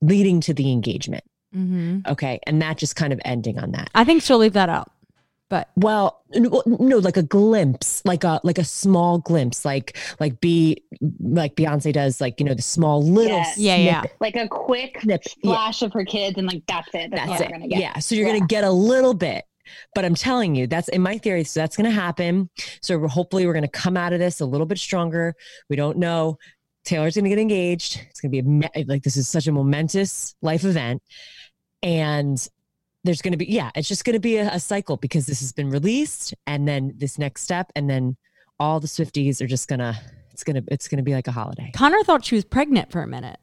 [SPEAKER 3] leading to the engagement
[SPEAKER 2] Mm-hmm.
[SPEAKER 3] okay and that just kind of ending on that
[SPEAKER 2] I think she'll leave that out. But
[SPEAKER 3] well n- well, no like a glimpse like a like a small glimpse like like be like beyonce does like you know the small little
[SPEAKER 1] Yes.
[SPEAKER 2] yeah, yeah.
[SPEAKER 1] Like a quick
[SPEAKER 3] snip, yeah
[SPEAKER 1] flash of her kids and like that's it. That's, all
[SPEAKER 3] that's
[SPEAKER 1] we're
[SPEAKER 3] it
[SPEAKER 1] gonna get.
[SPEAKER 3] yeah so you're gonna get a little bit but i'm telling you that's in my theory so that's gonna happen so we're, hopefully we're gonna come out of this a little bit stronger we don't know taylor's gonna get engaged it's gonna be a, me- like this is such a momentous life event and there's going to be yeah it's just going to be a, a cycle because this has been released and then this next step and then all the swifties are just going to it's going to it's going to be like a holiday
[SPEAKER 2] Connor thought she was pregnant for a minute.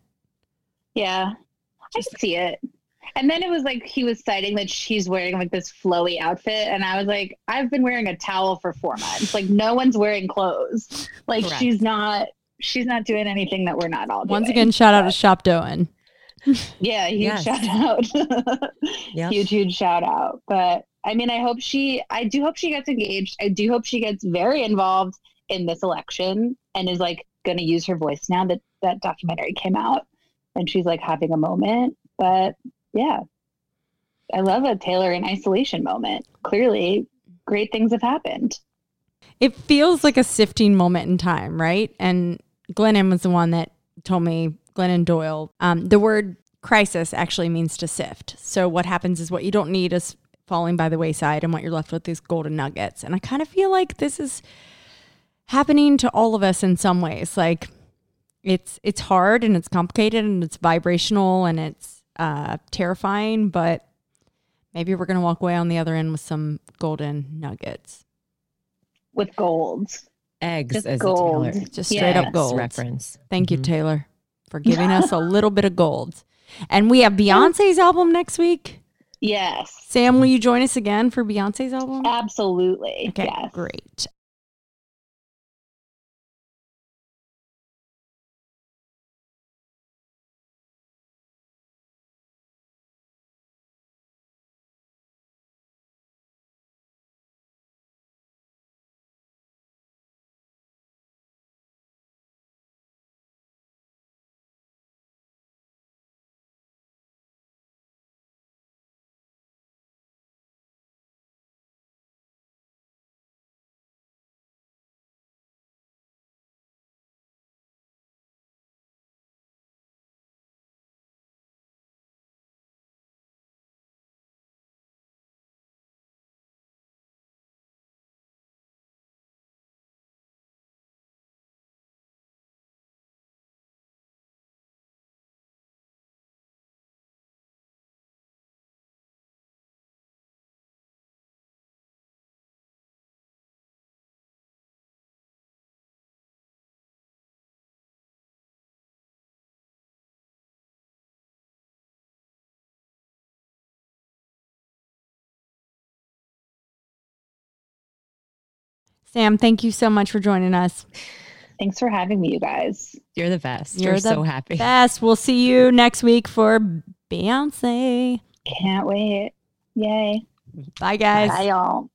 [SPEAKER 1] Yeah. I can see it. And then it was like he was citing that she's wearing like this flowy outfit. And I was like, I've been wearing a towel for four months. Like no one's wearing clothes. Like
[SPEAKER 3] Correct.
[SPEAKER 1] she's not she's not doing anything that we're not all doing.
[SPEAKER 2] Once again, shout out to Shop Doan.
[SPEAKER 1] Yeah, huge
[SPEAKER 3] Yes.
[SPEAKER 1] shout out.
[SPEAKER 3] yeah
[SPEAKER 1] Huge, huge shout out. But I mean, I hope she, I do hope she gets engaged. I do hope she gets very involved in this election and is like going to use her voice now that that documentary came out and she's like having a moment. But yeah, I love a Taylor in isolation moment. Clearly, great things have happened.
[SPEAKER 2] It feels like a sifting moment in time, right? And Glennon was the one that told me, Glennon Doyle, um, the word crisis actually means to sift. So what happens is what you don't need is falling by the wayside, and what you're left with is golden nuggets. And I kind of feel like this is happening to all of us in some ways. Like it's it's hard and it's complicated and it's vibrational and it's uh, terrifying, but maybe we're gonna walk away on the other end with some golden nuggets.
[SPEAKER 1] With gold.
[SPEAKER 3] eggs
[SPEAKER 1] Just
[SPEAKER 3] as a
[SPEAKER 1] gold.
[SPEAKER 3] taylor
[SPEAKER 2] Just straight
[SPEAKER 1] Yes.
[SPEAKER 2] up
[SPEAKER 1] Mm-hmm.
[SPEAKER 2] gold.
[SPEAKER 3] reference
[SPEAKER 2] Thank you,
[SPEAKER 3] Mhm.
[SPEAKER 2] Taylor, for giving us a little bit of gold. And we have Beyonce's album next week.
[SPEAKER 1] Yes,
[SPEAKER 2] Sam, will you join us again for Beyonce's album?
[SPEAKER 1] absolutely.
[SPEAKER 2] Okay,
[SPEAKER 1] yes.
[SPEAKER 2] great. Sam, thank you so much for joining us.
[SPEAKER 1] Thanks for having me, you guys.
[SPEAKER 3] you're the best
[SPEAKER 2] You're
[SPEAKER 3] you're,
[SPEAKER 2] the
[SPEAKER 3] so happy
[SPEAKER 2] Best. We'll see you next week for Beyonce.
[SPEAKER 1] Can't wait. Yay.
[SPEAKER 2] Bye, guys.
[SPEAKER 1] Bye, y'all.